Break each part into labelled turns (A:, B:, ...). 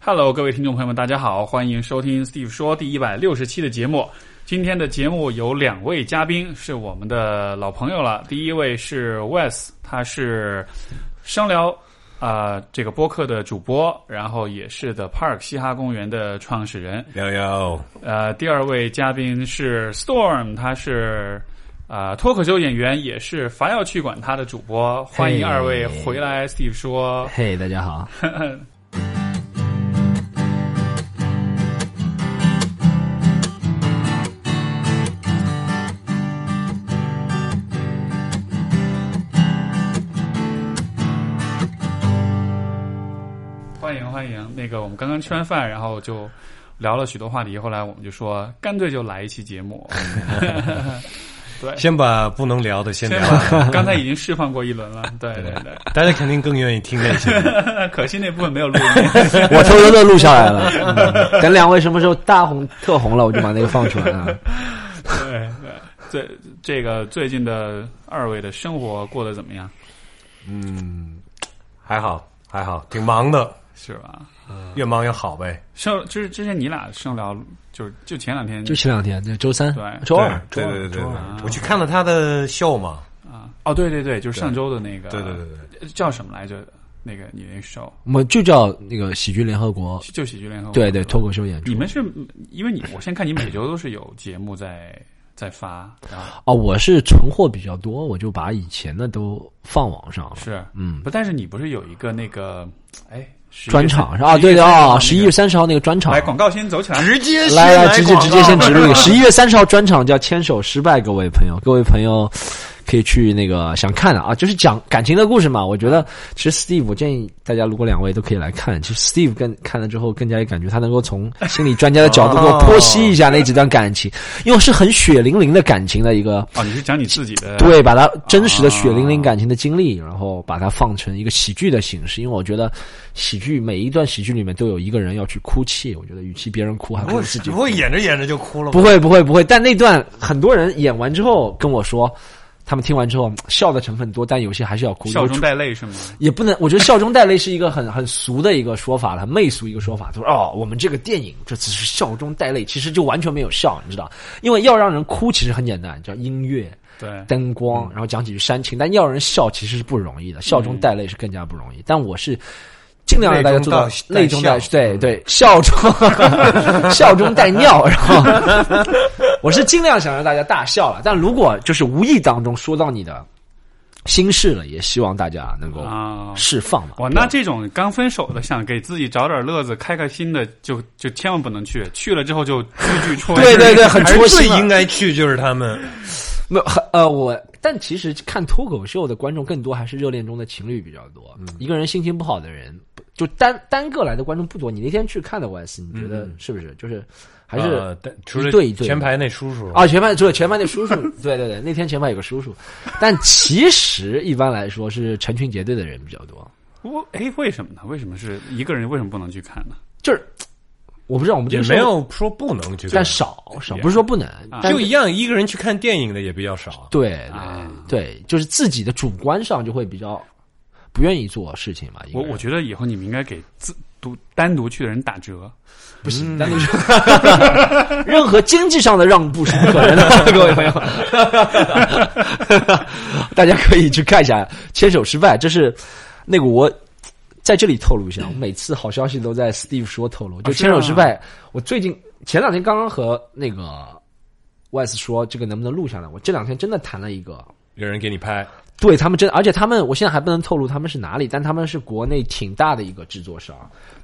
A: Hello，各位听众朋友们，大家好，欢迎收听 Steve 说第一百六十期的节目。今天的节目有两位嘉宾是我们的老朋友了，第一位是 Wes，他是商聊啊、呃这个播客的主播，然后也是 The Park 嘻哈公园的创始人。
B: 有有，
A: 呃，第二位嘉宾是 Storm，他是啊、呃脱口秀演员，也是凡要去管他的主播。欢迎
C: 嘿
A: 二位回来，Steve 说。
C: 嘿大家好，
A: 欢迎欢迎，那个我们刚刚吃完饭，然后就聊了许多话题，后来我们就说干脆就来一期节 目，
B: 先把不能聊的先
A: 先
B: 聊，
A: 把刚才已经释放过一轮 了，对对对，
B: 大家肯定更愿意听这些。
A: 可惜那部分没有录音，
C: 我偷偷的录下来了。 嗯等两位什么时候大红特红了，我就把那个放出来啊。
A: 对对。最这个最近的二位的生活过得怎么样？
B: 嗯， 还好还好，挺忙的，
A: 是吧？
B: 越忙越好呗。
A: 上之之前你俩上聊，就是就前两天
C: 就前两天，就周三
A: 对、
C: 周二、周
B: 对
C: 二、
B: 对对对
C: 周
B: 对
C: 二，
A: 二，
B: 我去看了他的秀嘛。
A: 啊，哦对对对，就是上周的那个，
B: 对对对对，
A: 对，叫什么来着？那个你那 show
C: 我们就叫那个喜剧联合国，
A: 就喜剧联合国，
C: 对对，脱口秀演出
A: 你。们是因为你，我先看你每周都是有节目在在发，然后
C: 哦，我是存货比较多，我就把以前的都放网上了。
A: 是
C: 嗯，
A: 不？但是你不是有一个那个哎11
C: 专场是
A: 月
C: 吧啊，对对
A: 11
C: 哦，
A: 月
C: 十一月三十号那个专场
A: 来，广告先走起来，
B: 直接
C: 来来，直接直接先植入一个。
B: 十
C: 十一月三十号专场叫《牵手失败》，各位朋友，各位朋友可以去那个想看的啊，就是讲感情的故事嘛。我觉得其实 Steve，我建议大家如果两位都可以来看，其实 Steve 更看了之后更加有感觉，他能够从心理专家的角度给我剖析一下那几段感情，因为是很血淋淋的感情的一个。
A: 哦，你是讲你自己的
C: 对，把它真实的血淋淋感情的经历，然后把它放成一个喜剧的形式，因为我觉得喜剧每一段喜剧里面都有一个人要去哭泣，我觉得与其别人哭，还不如自己
B: 不
C: 哭
B: 会演着演着就哭了吧
C: 不？会不会不会，但那段很多人演完之后跟我说，他们听完之后笑的成分多，但有些还是要哭。
A: 笑中带泪是吗？
C: 也不能，我觉得笑中带泪是一个很很俗的一个说法了，很媚俗一个说法。他说哦，我们这个电影这只是笑中带泪，其实就完全没有笑，你知道？因为要让人哭其实很简单，叫音乐、
A: 对，
C: 灯光，然后讲几句煽情，但要人笑其实是不容易的，笑中带泪是更加不容易。但我是。尽量让大家做到
B: 泪
C: 泪
B: 中
C: 中
B: 带
C: 带
B: 笑
C: 对对 笑中 笑中带尿，然后我是尽量想让大家大笑了，但如果就是无意当中说到你的心事了，也希望大家能够
A: 啊。
C: 释放嘛。
A: 哇，那这种刚分手的，想给自己找点乐子、开开心的，就就千万不能去，去了之后就句句戳。
C: 对对对，很
B: 还
C: 戳
B: 是最
C: 心啊。
B: 应该去就是他们，
C: 没有很呃，我但其实看脱口秀的观众更多还是热恋中的情侣比较多。
B: 嗯
C: 一个人心情不好的人，不就单单个来的观众不多。你那天去看的 YS，你觉得是不是？就是还
B: 嗯
C: 是、
B: 呃但除了
C: 一对一对
B: 前排那叔叔
C: 啊，前排对前排那叔 叔，对对对，那天前排有个叔叔，但其实一般来说是成群结队的人比较多。
A: 我哎，为什么呢？为什么是一个人？为什么不能去看呢？
C: 就是我不知道我们这
B: 也
C: 个
B: 没
C: 社会，
B: 有说不能去看，
C: 但少少不是说不能，但
B: 就一样，一个人去看电影的也比较少。
C: 对对、
A: 啊
C: 对，就是自己的主观上就会比较不愿意做事情嘛。一个
A: 我
C: 人
A: 我觉得以后你们应该给自独单独去的人打折。
C: 不行，单独去，嗯 任何经济上的让步是不可能的， 各位朋友。大家可以去看一下《牵手失败》，这是那个我在这里透露一 下，我每次好消息都在 Steve 说透露，就《
A: 是啊
C: 牵手失败》我最近前两天刚刚和那个 Wes 说这个能不能录下来，我这两天真的谈了一个。
B: 有人给你拍，
C: 对他们真，而且他们，我现在还不能透露他们是哪里，但他们是国内挺大的一个制作商，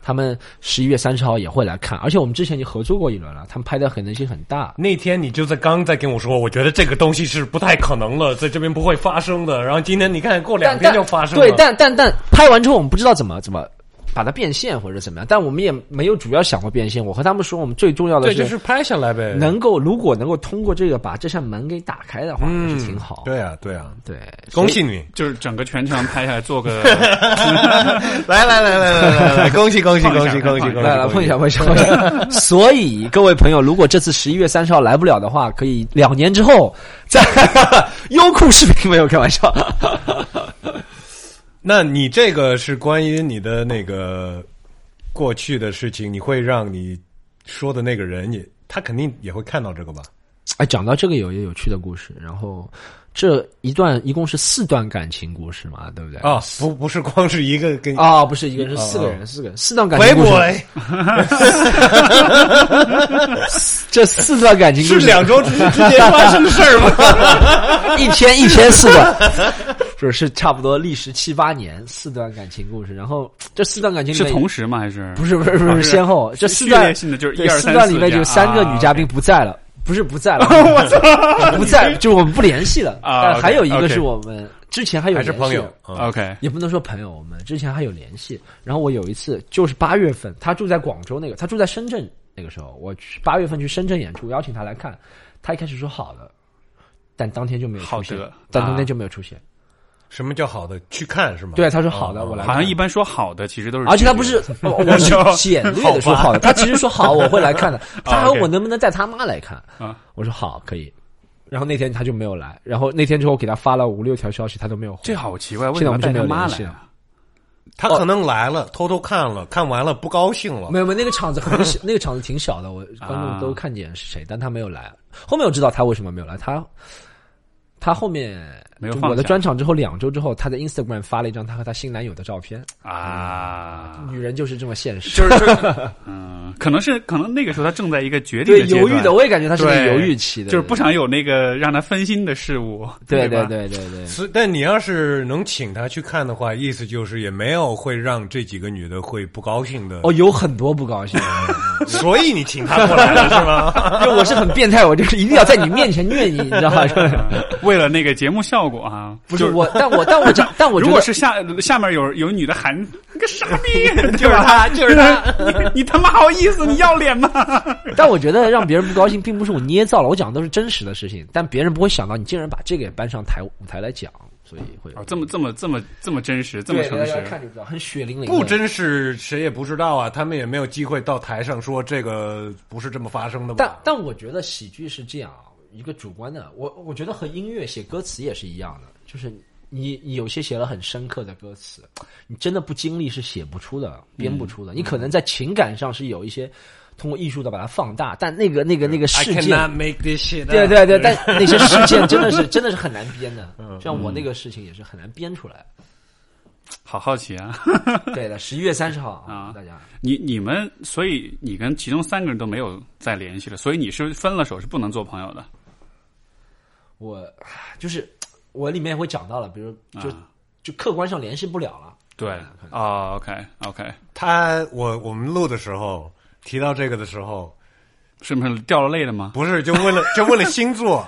C: 他们十一月三十号也会来看，而且我们之前已经合作过一轮了，他们拍的可能性很大。
B: 那天你就在刚在跟我说，我觉得这个东西是不太可能了，在这边不会发生的。然后今天你看，过两
C: 但
B: 天
C: 但
B: 就发生了。
C: 对，但但但拍完之后，我们不知道怎么怎么把它变现或者怎么样，但我们也没有主要想过变现。我和他们说，我们最重要的
B: 对，
C: 是
B: 就是拍下来呗。
C: 能够如果能够通过这个把这扇门给打开的话，
B: 嗯
C: 那是挺好。
B: 对啊，对啊，
C: 对，
B: 恭喜你！
A: 就是整个全程拍下来做个，
B: 来来来来来来来，恭喜恭喜
A: 恭喜恭喜恭喜
C: 来来碰一下，碰一下，碰一下。 所以各位朋友，如果这次十一月三十号来不了的话，可以两年之后在 优酷视频没有开玩笑。
B: 那你这个是关于你的那个过去的事情，你会让你说的那个人也，他肯定也会看到这个吧？
C: 哎，讲到这个有一个有趣的故事，然后这一段一共是四段感情故事嘛，对不对？
B: 啊，不，不是光是一个跟
C: 啊、不是一个人，是四个人，四个人，四段感情故事，
B: 鬼
C: 这四段感情故
B: 是
C: 事
B: 两周之之间发生的事儿吗？
C: 一千一千四段，就是是差不多历时七八年四段感情故事，然后这四段感情里
A: 是
C: 面
A: 同时吗？还是
C: 不 是不是不
A: 啊
C: 是
A: 是
C: 先后，这
A: 是
C: 四
A: 序
C: 段
A: 列性的就是一
C: 对
A: 二
C: 四
A: 三
C: 段
A: 四
C: 里面
A: 这样
C: 就
A: 啊
C: 三个女嘉宾不在了，不是 不在了，我操，不在了，就是我们不联系了。
A: 啊
C: 但还有一
A: OK，OK
C: 个是我们之前还有
B: 还是
C: 联系
B: 朋友？
C: 嗯
A: 啊，OK，
C: 也不能说朋友，我们之前还有联系。然后我有一次就是八月份，他住在广州那个，他住在深圳那个时候，我去八月份去深圳演出，邀请他来看。他一开始说好的，但当天就没有
A: 好
C: 出现
A: 的，
C: 但
A: 啊
C: 当天就没有出现。
B: 什么叫好的？去看是吗？
C: 对，他说好的，
B: 哦
C: 我来看。
A: 好像一般说好的其实都是，
C: 而且他不是，我 我是简略的说好的，他其实说好我会来看的，他还问我能不能带他妈来看
A: 啊，
C: 我说好可以，然后那天他就没有来，然后那天之后给他发了五六条消息，他都没有回，
A: 这好奇怪，为
C: 现
A: 什
C: 在我
A: 么
C: 们就
A: 带
C: 没
A: 他
C: 有
A: 妈
C: 联
A: 来
C: 系了
A: 啊？
B: 他可能来了，偷偷看了，看完了不高兴了
C: 没。有没有，那个场子很 小，那个场子挺小的，我
A: 啊
C: 观众都看见是谁，但他没有来。后面我知道他为什么没有来，他他后面
A: 没有
C: 就
A: 放
C: 我的
A: 下
C: 专场之后两周之后，他在 Instagram 发了一张他和他新男友的照片，
A: 啊，
C: 女人就是这么现实。
A: 就是就是，嗯，可能是可能那个时候他正在一个决定
C: 对
A: 的阶
C: 犹豫
A: 段
C: 的，，我也感觉他是在
A: 对
C: 犹豫期的，
A: 就是不想有那个让他分心的事物，对
C: 对对
A: 吧，
C: 对对对，
B: 是，但你要是能请他去看的话，意思就是也没有会让这几个女的会不高兴的，
C: 哦，有很多不高兴，
B: 所以你请他过来了是吗？
C: 因为我是很变态，我就是一定要在你面前虐你，你知道 吗？
A: 为了那个节目效果啊，
C: 不
A: 就是
C: 我，但我但 我讲，但我觉
A: 如
C: 得
A: 果是下下面有有女的喊你个傻 逼，就是
B: 他就是
A: 他，你你他妈好意思，你要脸吗？
C: 但我觉得让别人不高兴，并不是我捏造了，我讲的都是真实的事情，但别人不会想到你竟然把这个也搬上台舞台来讲，所以会有
A: 哦这么这么这么这么真实，这么
C: 对
A: 诚
C: 大
A: 实
C: 家看就知道，很血淋淋的，
B: 不真实，谁也不知道啊，他们也没有机会到台上说这个不是这么发生的
C: 但
B: 吧？
C: 但我觉得喜剧是这样啊，一个主观的，我我觉得和音乐写歌词也是一样的，就是你你有些写了很深刻的歌词，你真的不经历是写不出的，编不出的。你可能在情感上是有一些通过艺术的把它放大，但那个那个那个
B: I
C: 事
B: cannot
C: 件。
B: make this shit.
C: 对对对，但那些事件真的是真的是很难编的，像我那个事情也是很难编出来。
A: 好好奇啊，
C: 对的，十一月三十号
A: 啊
C: 大家
A: 你你们，所以你跟其中三个人都没有再联系了，所以你是分了手是不能做朋友的。
C: 我就是我里面也会讲到了，比如就
A: 啊
C: 就客观上联系不了了，
A: 对，啊 o k OK，
B: 他我我们录的时候提到这个的时候，
A: 是不是掉了泪了吗？
B: 不是就问了就问了星座，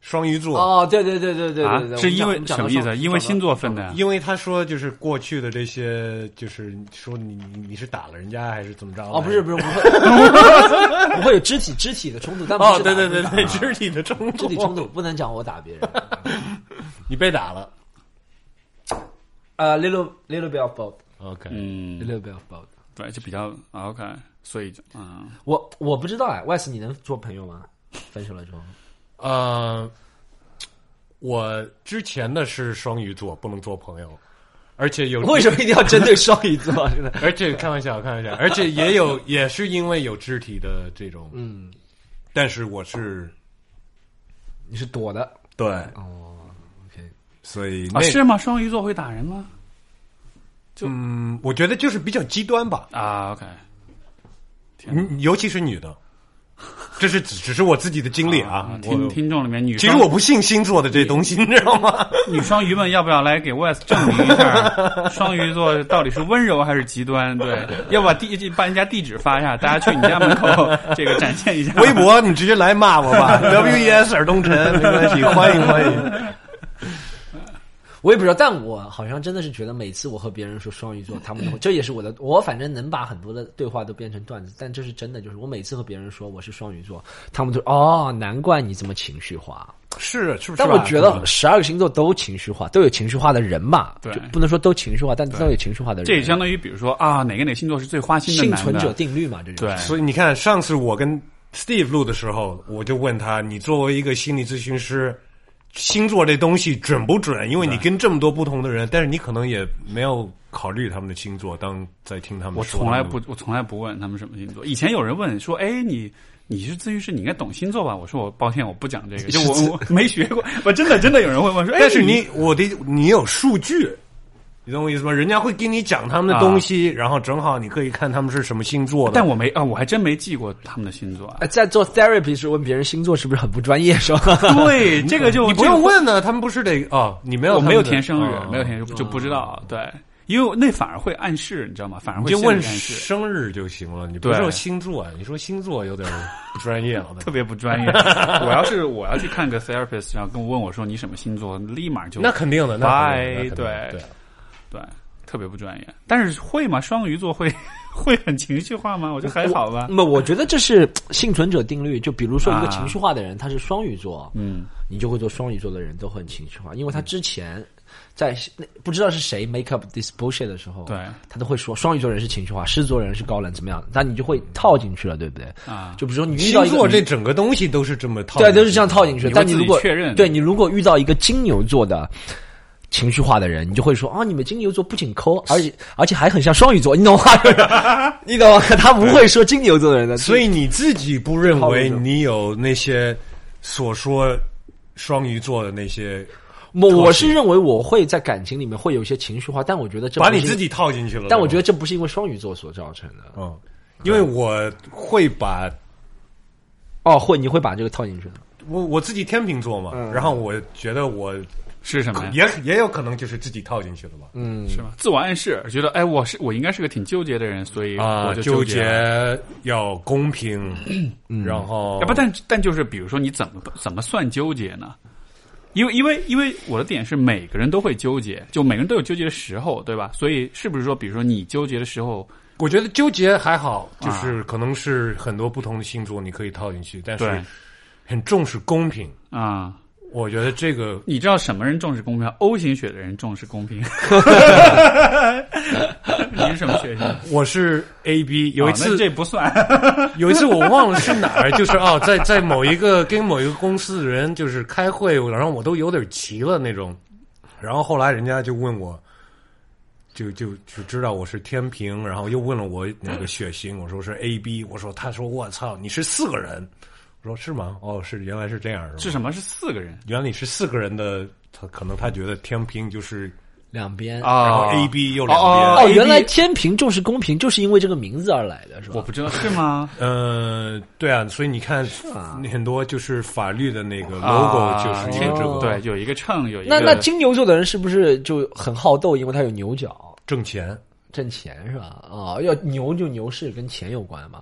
B: 双鱼座。
C: 哦，对对对对对对对，
A: 啊，是因为
C: 我们讲
A: 什么意思？因为星。
C: 我们讲到上
A: 座分的呀。
B: 因为他说，就是过去的这些，就是说你你你是打了人家还是怎么着？
C: 哦，不是不是，不会， 不会有肢体肢体的冲突，但不是
B: 哦，对对对
C: 打
B: 对， 肢体的冲
C: 肢
B: 突，
C: 体冲突不能讲我打别人。
B: 你被打了。
C: 呃，little little bit of both，little
B: OK，
A: 嗯，
C: bit of both。
A: 对，就比较啊 OK，所以就嗯，
C: 我我不知道哎，Wes，你能做朋友吗？分手了之后，
B: 呃，我之前的是双鱼座，不能做朋友，而且有
C: 为什么一定要针对双鱼座？真的，
B: 而且开玩笑，开玩笑，而且也有， 也是因为有肢体的这种，嗯，但是我是
C: 你是躲的
B: 对，
C: 哦。OK，
B: 所以那、
A: 啊是吗？双鱼座会打人吗？
B: 嗯，我觉得就是比较极端吧，
A: 啊 OK，
B: 嗯尤其是女的，这是只只是我自己的经历啊
A: 啊，，
B: 我
A: 听听众里面女
B: 其实
A: 双
B: 我不信星座的这东西，你知 道吗？
A: 女双鱼们要不要来给 West 证明一下，双鱼座到底是温柔还是极端？ 对，要不把地把人家地址发一下，大家去你家门口这个展现一下。
B: 微博你直接来骂我 吧，WES 尔东辰，没关系，欢迎欢迎。
C: 我也不知道，但我好像真的是觉得，每次我和别人说双鱼座，他 们都会这也是我的，我反正能把很多的对话都变成段子，但这是真的，就是我每次和别人说我是双鱼座，他们都哦，难怪你这么情绪化。
B: 是是不是吧？
C: 但我
A: 啊
C: 觉得十二个星座都情绪化，都有情绪化的人吧，
A: 对
C: 就不能说都情绪化，但都有情绪化的人。
A: 这也相当于比如说啊，哪个哪个星座是最花心的
C: 幸
A: 男的？
C: 存者定律嘛，这种。
A: 对，
B: 所以你看，上次我跟 Steve 录的时候，我就问他：“你作为一个心理咨询师，星座这东西准不准，因为你
A: 对
B: 跟这么多不同的人，但是你可能也没有考虑他们的星座，当在听他们
A: 我
B: 说
A: 从来
B: 他们
A: 不，我从来不问他们什么星座。以前有人问说：“哎，你你是咨询师，你应该懂星座吧？”我说：“我抱歉，我不讲 这个，就我我没学过。”我真的真的有人会问说：“哎，
B: 但是
A: 你
B: 你我的你有数据，你懂我意思吗？人家会跟你讲他们的东西，然后正好你可以看他们是什么星座的。
A: 啊但我没啊，我还真没记过他们的星座啊。
C: 呃在做 therapy 时问别人星座是不是很不专业，是吧？
A: 对，这个就
B: 你不用，问呢，他们不是得哦，你没
A: 这个
B: 有
A: 我
B: 他们的，
A: 没有填生日
B: 哦，
A: 没有填就就不知道。对，因为那反而会暗示，你知道吗？反而
B: 你
A: 会
B: 就
A: 心理
B: 问
A: 暗示，
B: 生日就行了，你不
A: 对
B: 说星座，你说星座有点不专业 了。
A: 特别不专业。我要是我要去看个 therapist，然后跟我问我说你什么星座，立马就
B: 那肯定的，那肯定的那肯
A: 拜
B: 定的对，
A: 哎对，特别不专业。但是会吗？双鱼座会 会很情绪化吗？我觉得还好吧。
C: 那我觉得这是幸存者定律。就比如说一个
A: 啊
C: 情绪化的人，他是双鱼座，
A: 嗯，
C: 你就会做双鱼座的人都很情绪化，因为他之前在那不知道是谁 make up this bullshit 的时候，
A: 对
C: 他都会说双鱼座人是情绪化，狮子座人是高冷，怎么样？那你就会套进去了，对不对？
A: 啊，
C: 就比如说你遇到
B: 星
C: 一
B: 座
C: 个
B: 这整个东西都是这么套进
C: 对
B: 去的，
C: 都是这样套进去的。
A: 你会
C: 但你如果
A: 自己确认
C: 对你如果遇到一个金牛座的。情绪化的人，你就会说啊，你们金牛座不仅抠，而且而且还很像双鱼座，你懂吗？ 你懂吗？他不会说金牛座的人的，
B: 所以你自己不认
C: 套
B: 为
C: 路的
B: 你有那些所说双鱼座的那些，
C: 我我是
B: 特性
C: 认为我会在感情里面会有一些情绪化，但我觉得这不
B: 把
C: 是
B: 你自，己套进去了。
C: 但我觉
B: 得，
C: 得这不是因为双鱼座所造成的。
B: 嗯，
A: 哦
B: 因为我会把
C: 哦，会你会把这个套进去的。
B: 我我自己天秤座嘛，然后我觉得我
A: 是什么呀？
B: 也也有可能就是自己套进去了吧。
C: 嗯，
A: 是吧？自我暗示，觉得哎，我是我应该是个挺纠结的人，所以我啊就
B: 啊纠
A: 结。嗯
B: 结要公平，然后
A: 要哎不，但但就是比如说，你怎么怎么算纠结呢？因为因为因为我的点是每个人都会纠结，就每个人都有纠结的时候，对吧？所以是不是说，比如说你纠结的时候，
B: 我觉得纠结还好，
A: 啊
B: 就是可能是很多不同的星座你可以套进去，但
A: 对
B: 是很重视公平。
A: 啊、
B: 我觉得这个
A: 你知道什么人重视公平吗？O 型血的人重视公 平。你是什么血型？
B: 我是 A B，有一
A: 啊那
B: 次、
A: 这不算，
B: 有一次我忘了是哪儿，就是哦， 在在某一个跟某一个公司的人就是开会，然后我都有点急了那种，然后后来人家就问我，就就就知道我是天平，然后又问了我那个血型，我说是 A B，我说他说我操，你是四个人，我说是吗？哦，是原来是这样是
A: 是什
B: 吗？
A: 么？是四个人
B: 原来你是四个人的，他可能他觉得天平就是，
C: 两边
A: 啊
B: 然后 A B 又两
A: 哦
B: 边，
C: 哦，
A: AB
C: 原来天平重视公平，就是因为这个名字而来的，是
A: 我
C: 吧？
A: 不知道是吗？
B: 呃，对啊，所以你看
C: 吗
B: 很多就是法律的那个 logo
A: 啊
B: 就是一
A: 天
B: 个这
C: 秤
B: 个
C: 座
A: 对，有一个秤，有一个
C: 那那金牛座的人是不是就很好斗，因为他有牛角
B: 挣钱。
C: 挣钱是吧？啊、要牛就牛市跟钱有关嘛，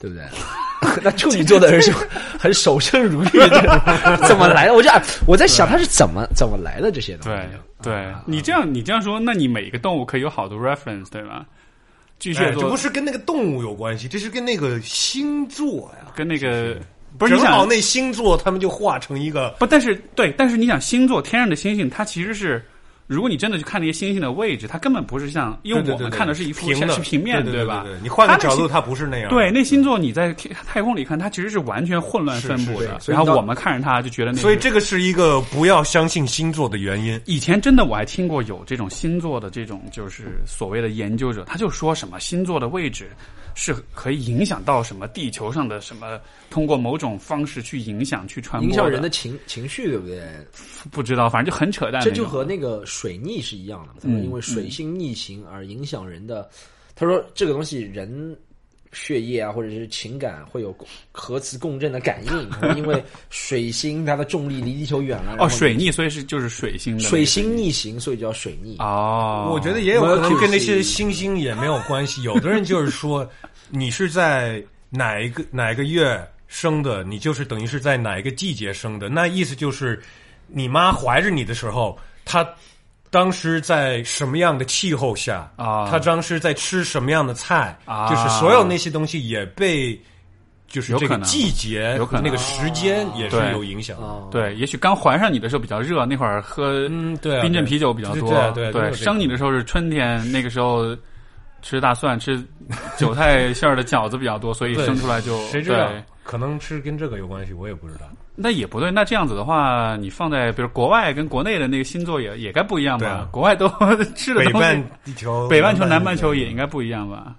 C: 对不对？ 那处女座的人是很守身如玉的，怎么来的？我就哎我在想他是怎么怎么来的这些东
B: 哎
C: 西啊
A: 对。对，你这样你这样说，那你每一个动物可以有好多 reference 对吧？巨蟹
B: 哎这
A: 座
B: 不是跟那个动物有关系，这是跟那个星座呀。
A: 跟那个不是你
B: 正好
A: 想
B: 那星座他们就化成一个，
A: 不？但是对，但是你想星座天上的星星，它其实是。如果你真的去看那些星星的位置，它根本不是像，因为
B: 对对
A: 我
B: 对
A: 们
B: 对
A: 看的是一幅
B: 平的，
A: 是平面，
B: 对对
A: 吧
B: 对对？对你换个
A: 它那
B: 角
A: 星
B: 度，它不是那样。
A: 对，，那星座你在天太空里看，它其实是完全混乱分布
B: 是
A: 的。
C: 所以
A: 然后
C: 到
A: 我们看着它就觉得那是，
B: 所以这个是一个不要相信星座的原因。
A: 以前真的我还听过有这种星座的这种就是所谓的研究者，他就说什么星座的位置是可以影响到什么地球上的什么，通过某种方式去影响去传播
C: 影响人
A: 的
C: 的情情绪，对不对？
A: 不知道，反正就很扯淡那
C: 这
A: 种。
C: 就和那个水逆是一样的嘛，
A: 嗯
C: 因为水星逆行而影响人的。他说这个东西人血液啊，或者是情感会有核磁共振的感应，可能因为水星它的重力离地球远了。然后
A: 哦水逆，所以是就是水星的那个
C: 水星逆行，所以叫水逆。
A: 哦，
B: 我觉得也有可能
C: Mercury
B: 跟那些星星也没有关系。有的人就是说，你是在哪一个哪一个月生的，你就是等于是在哪一个季节生的。那意思就是，你妈怀着你的时候，她当时在什么样的气候下
A: 啊
B: 她当时在吃什么样的菜
A: 啊
B: 就是所有那些东西也被。就是这
A: 有可
B: 个
A: 能
B: 季节
A: 有可能
B: 那个时间也是
A: 对
B: 有影响的。
C: 哦，
A: 对，也许刚怀上你的时候比较热，那会儿喝
B: 嗯，对啊，
A: 冰镇
B: 对
A: 啤酒比较多，
B: 对对对对都有这
A: 生
B: 个
A: 你的时候是春天，那个时候吃大蒜吃韭菜馅儿的饺子比较多，所以
B: 对
A: 生出来就
B: 谁知道
A: 对？
B: 可能是跟这个有关系，我也不知道。
A: 那也不对。那这样子的话，你放在比如国外跟国内的那个星座也也该不一样
B: 对
A: 吧
B: 啊？
A: 国外都吃的
B: 北
A: 东西，
B: 半地球，
A: 北半球、南半球也应该不一样吧？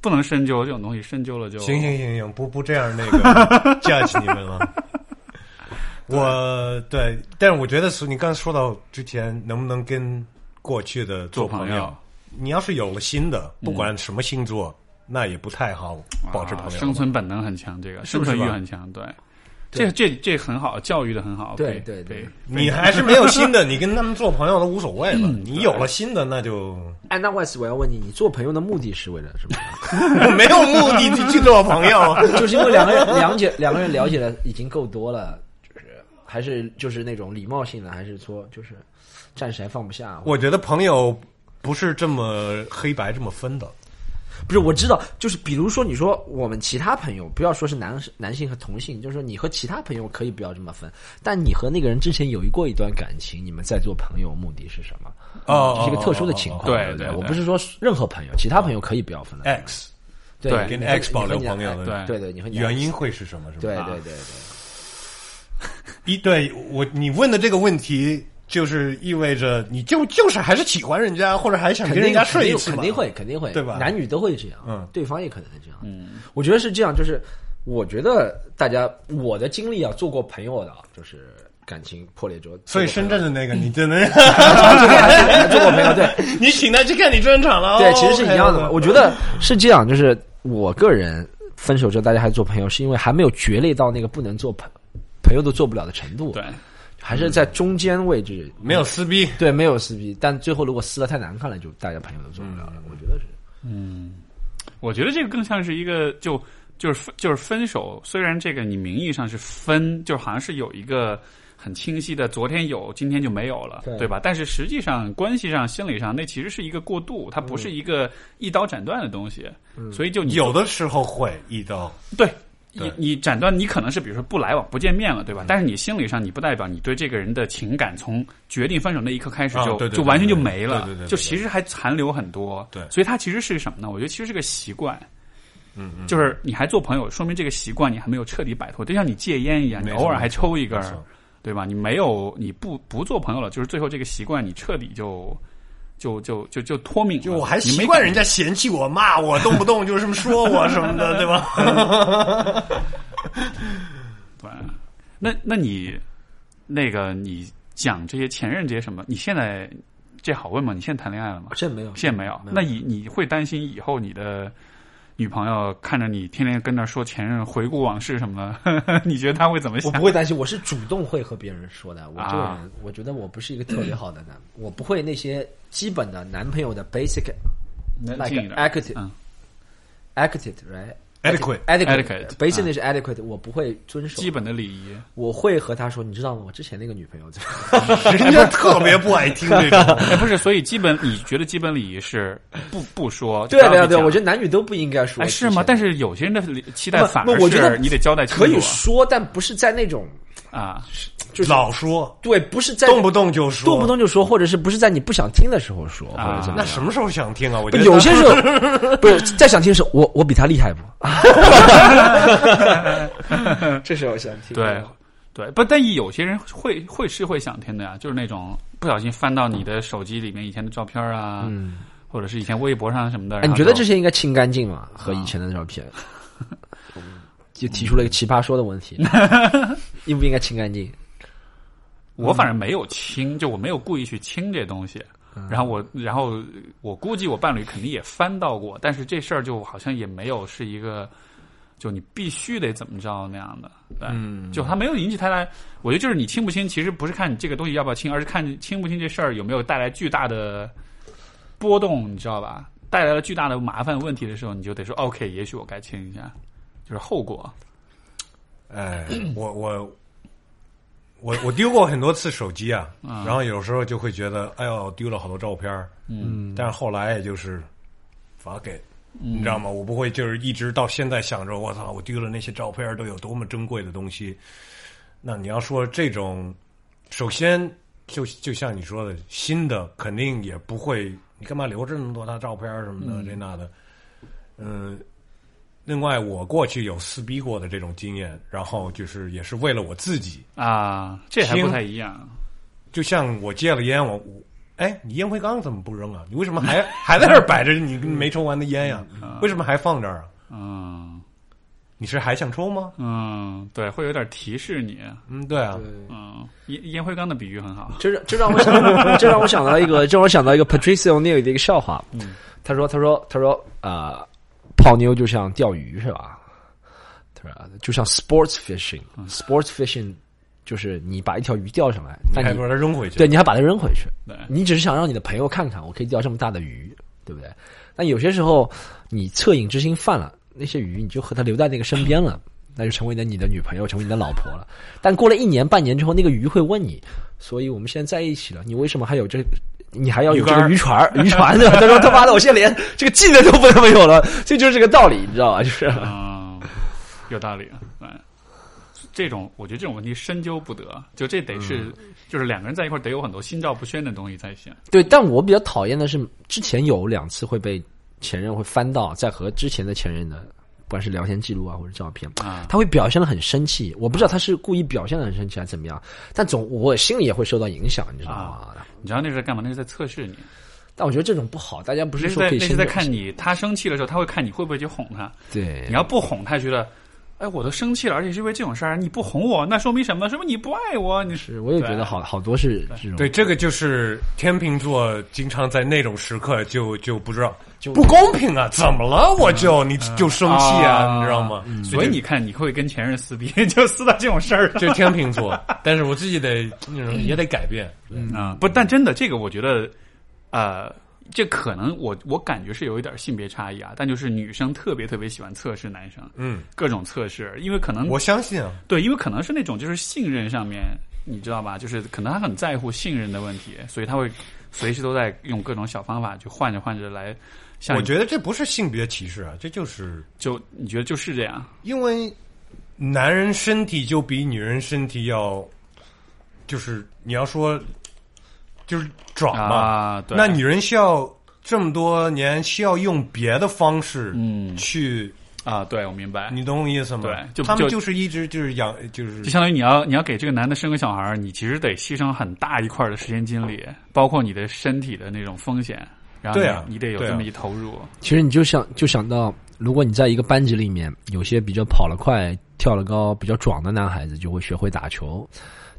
A: 不能深究这种东西，深究了就
B: 行行行行，不不这样那 个 judge 你们了。我对，但是我觉得是你刚说到之前，能不能跟过去的
A: 做
B: 朋
A: 朋友，啊嗯
B: 你要是有了新的，不管什么星座，那也不太好保持
A: 啊
B: 朋友。
A: 生存本能很强，这个
B: 是
A: 生
B: 不是
A: 存
B: 吧
A: 欲很强，对。这这这很好，教育的很好。
C: 对
A: 对
C: 对对
B: 你还是没有新的，你 跟他们做朋友都无所谓了。
A: 嗯
B: 你有了新的，那就
C: 哎，那 Wes，我要问你，你做朋友的目的是为了什么？
B: 我没有目的地去做朋友。
C: 就是因为两个人了解两个人了解的已经够多了，就是还是就是那种礼貌性的，还是说就是暂时还放不下？
B: 我觉得朋友不是这么黑白这么分的。
C: 不是我知道，就是比如说你说我们其他朋友，不要说是男男性和同性，就是说你和其他朋友可以不要这么分，但你和那个人之前有一过一段感情，你们在做朋友目的是什么？
B: 哦
C: 这是一个特殊的情
A: 哦
C: 况，
A: 哦哦哦
C: 对
A: 对对
C: 我
A: 对
C: 不是说任何朋友，其他朋友可以不要分的，
B: X
C: 对
A: 对
C: 你
B: 跟
C: 你
B: X
C: 你
B: 保留
C: 你的
B: 朋友的
A: 对
C: 对对，你和你的
B: 原因，会是什么？是吧？
C: 对对对对，
B: 一对我你问的这个问题，就是意味着你就就是还是喜欢人家，或者还想
C: 肯
B: 跟
C: 定
B: 人家睡一次
C: 肯定肯定会，肯定会，
B: 对吧
C: 男女都会这样，
B: 嗯
C: 对方也可能是这样，嗯，我觉得是这样，就是我觉得大家我的经历啊，做过朋友的啊，就是感情破裂之后，
B: 所以
C: 做
B: 深圳的那个你真的，
C: 过做过朋友，对，
B: 你请他去看你专场了。
C: 对，
B: 哦
C: 其实是一样的嘛。
B: OK，OK
C: 我觉得是这样，就是我个人分手之后，大家还做朋友，是因为还没有决裂到那个不能做朋朋友都做不了的程度，
A: 对，
C: 还是在中间位置，
B: 没有撕逼，
C: 对，没有撕逼，但最后如果撕的太难看了，就大家朋友都做不了了。
B: 嗯
C: 我觉得是，
A: 我觉得这个更像是一个就就是分就是分手，虽然这个你名义上是分，就好像是有一个很清晰的，昨天有，今天就没有了，
C: 对
A: 对吧？但是实际上关系上、心理上，那其实是一个过渡，它不是一个一刀斩断的东西，所以就你
B: 有的时候会一刀。
A: 对。
B: 对嗯
A: 你你斩断，你可能是比如说不来往、不见面了，对吧？但是你心理上，你不代表你对这个人的情感从决定分手那一刻开始
B: 啊
A: 就
B: 对对对
A: 就完全就没
B: 对
A: 了
B: 对对对，对
A: 就其实还残留很多。
B: 对
A: 所以它其实是什么呢？我觉得其实是个习惯。嗯嗯，就是你还做朋友，说明这个习惯你还没有彻底摆脱，就像你戒烟一样，你
B: 没错
A: 偶尔还抽一根
B: 没
A: 儿
B: 错，
A: 对吧？你没有，你不不做朋友了，就是最后这个习惯你彻底就就就就就脱敏了。
C: 嗯
B: 就我还
A: 你没
B: 习惯
A: 感
B: 人家嫌弃我、骂我，动不动 就什么说我什么 的，对吧？
A: 对，那那你那个你讲这些前任这些什么？你现在这好问吗？你现在谈恋爱了吗？
C: 这没有，
A: 现在没有。那你你会担心以后你的女朋友看着你天天跟那说前任回顾往事什么的， 你觉得她会怎么
C: 我
A: 想
C: 不？会担心，我是主动会和别人说的。我这个人，
A: 啊嗯
C: 我觉得我不是一个特别好的男，我不会那些基本的男朋友的 basic
A: 能
C: like
A: 近一点
C: active
A: 嗯
C: adequate right
B: Adequate
A: Adequate，嗯
C: basic 那是 adequate，我不会遵守
A: 基。本的礼仪，
C: 我会和他说，你知道吗？我之前那个女 朋友怎么样，
B: 人家特别不爱听这 种。
A: 哎，不是，所以基本你觉得基本礼仪是不不说，
C: 对
A: 不
C: 对
A: 要
C: 对，
A: 讲
C: 我觉得男女都不应该说
A: 哎
C: 之前
A: 是
C: 的。
A: 吗？但是有些人的期待
C: 不
A: 反
C: 不
A: 而
C: 我觉得
A: 是你得交代清楚
C: 可以说，但不是在那种
A: 啊，
C: 就是
B: 老说，
C: 对，不是在
B: 动不动就说，
C: 动不动就说，或者是不是在你不想听的时候说，或
A: 啊
C: 者怎么
B: 那
C: 样。
B: 什么时候想听啊？我
C: 不，
B: 觉得
C: 有些 时候不是在想听的时候，我我比他厉害不？这时候想听。
A: 对，对，不，但有些人会会是会想听的呀，就是那种不小心翻到你的手机里面以前的照片啊，或者是以前微博上什么的。
C: 嗯哎，
A: 然
C: 你
A: 后
C: 觉得
A: 就
C: 这些应该清干净吗？和以前的照片，就提出了一个奇葩说的问题，应不应该清干净？
A: 我反正没有清，就我没有故意去清这东西。然后我，然后我估计我伴侣肯定也翻到过，但是这事儿就好像也没有是一个，就你必须得怎么着那样的，对，就它没有引起太大。我觉得就是你清不清，其实不是看你这个东西要不要清，而是看你清不清这事儿有没有带来巨大的波动，你知道吧？带来了巨大的麻烦问题的时候，你就得说 OK，也许我该清一下，就是后果。
B: 哎，我我我我丢过很多次手机啊，然后有时候就会觉得，哎呦，丢了好多照片儿
A: 嗯，
B: 但是后来也就是发给。你知道吗？我不会，就是一直到现在想着，我操，我丢了那些照片儿都有多么珍贵的东西。那你要说这种，首先就就像你说的，新的肯定也不会，你干嘛留着那么多他照片儿什么的、这那的？嗯，另外我过去有撕逼过的这种经验，然后就是也是为了我自己，
A: 啊，这还不
B: 听
A: 太一样。
B: 就像我戒了烟，我我哎，你烟灰缸怎么不扔啊？你为什么 还还在那儿摆着你没抽完的烟呀、
C: 嗯
B: 为什么还放这儿啊？
A: 嗯
B: 你是还想抽吗？
A: 嗯，对，会有点提示你。
B: 嗯，对啊，
A: 嗯，烟烟灰缸的比喻很好。
C: 这让这让 我想，这让我想到一个，这让我想到一个 Patricia O'Neill 的一个笑话。
A: 嗯
C: 他说，他说，他说，呃，泡妞就像钓鱼是吧？他说，就像 sports fishing，sports fishing 就是你把一条鱼钓上来，
B: 你
C: 但
B: 还
C: 你
B: 把它扔回去。
C: 对，你还把它扔回去，
A: 对，
C: 你只是想让你的朋友看看，我可以钓这么大的鱼，对不对？但有些时候你恻隐之心犯了，那些鱼你就和它留在那个身边了，那就成为了你的女朋友，成为你的老婆了。但过了一年半年之后，那个鱼会问你，所以我们现在在一起了，你为什么还有这？你还要有
B: 鱼
C: 这
B: 竿
C: 个
B: 儿
C: 渔船儿，渔船 对吧？他说他妈的，我现在连这个技能都不他妈有了，这就是这个道理，你知道吧？就是
A: 嗯，有道理。对，这种我觉得这种问题深究不得，就这得是、就是两个人在一块儿得有很多心照不宣的东西才行。
C: 对。但我比较讨厌的是，之前有两次会被前任会翻到，在和之前的前任的，不管是聊天记录啊或者照片，
A: 啊，
C: 他会表现的很生气，我不知道他是故意表现的很生气还是怎么样，但总我心里也会受到影响，你知道吗？
B: 啊
A: 你知道那是在干嘛？那是在测试你，
C: 但我觉得这种不好，大家不
A: 那
C: 是
A: 是
C: 说
A: 在那
C: 可以
A: 是
C: 先
A: 在看你他生气的时候，他会看你会不会去哄他。
C: 对
A: 你要不哄他，觉得。哎，我都生气了，而且是因为这种事儿，你不哄我，那说明什么？说明你不爱我，你
C: 是，我也觉得好好多是这种
B: 啊对，这个就是天秤座经常在那种时刻就就不知道
C: 就嗯
B: 不公平啊，怎么了？我就你就生气啊，
A: 啊
B: 你知道吗？
A: 所 以你看，你会跟前任撕逼， 就撕到这种事儿上。
B: 这天秤座，但是我自己得嗯也得改变。
A: 啊、不，但真的这个，我觉得，呃，这可能我我感觉是有一点性别差异啊，但就是女生特别特别喜欢测试男生，
B: 嗯，
A: 各种测试，因为可
C: 嗯
A: 能
B: 我相信啊，
A: 对，因为可能是那种就是信任上面，你知道吧？就是可能他很在乎信任的问题，所以他会随时都在用各种小方法去换着换着来。像
B: 我觉得这不是性别歧视啊，这就是
A: 就你觉得就是这样，
B: 因为男人身体就比女人身体要，就是你要说就是壮嘛，
A: 啊，对，
B: 那女人需要这么多年需要用别的方式
A: 嗯
B: 去，
A: 啊，对我明白，
B: 你懂我意思吗？
A: 对就
B: 他们
A: 就
B: 就是一直就是养就是
A: 就相当于你要你要给这个男的生个小孩儿，你其实得牺牲很大一块儿的时间精力，包括你的身体的那种风险，然后你
B: 对啊
A: 你得有
B: 对啊
A: 这么一投入。
C: 其实你就想就想到，如果你在一个班级里面，有些比较跑得快、跳得高、比较壮的男孩子就会学会打球，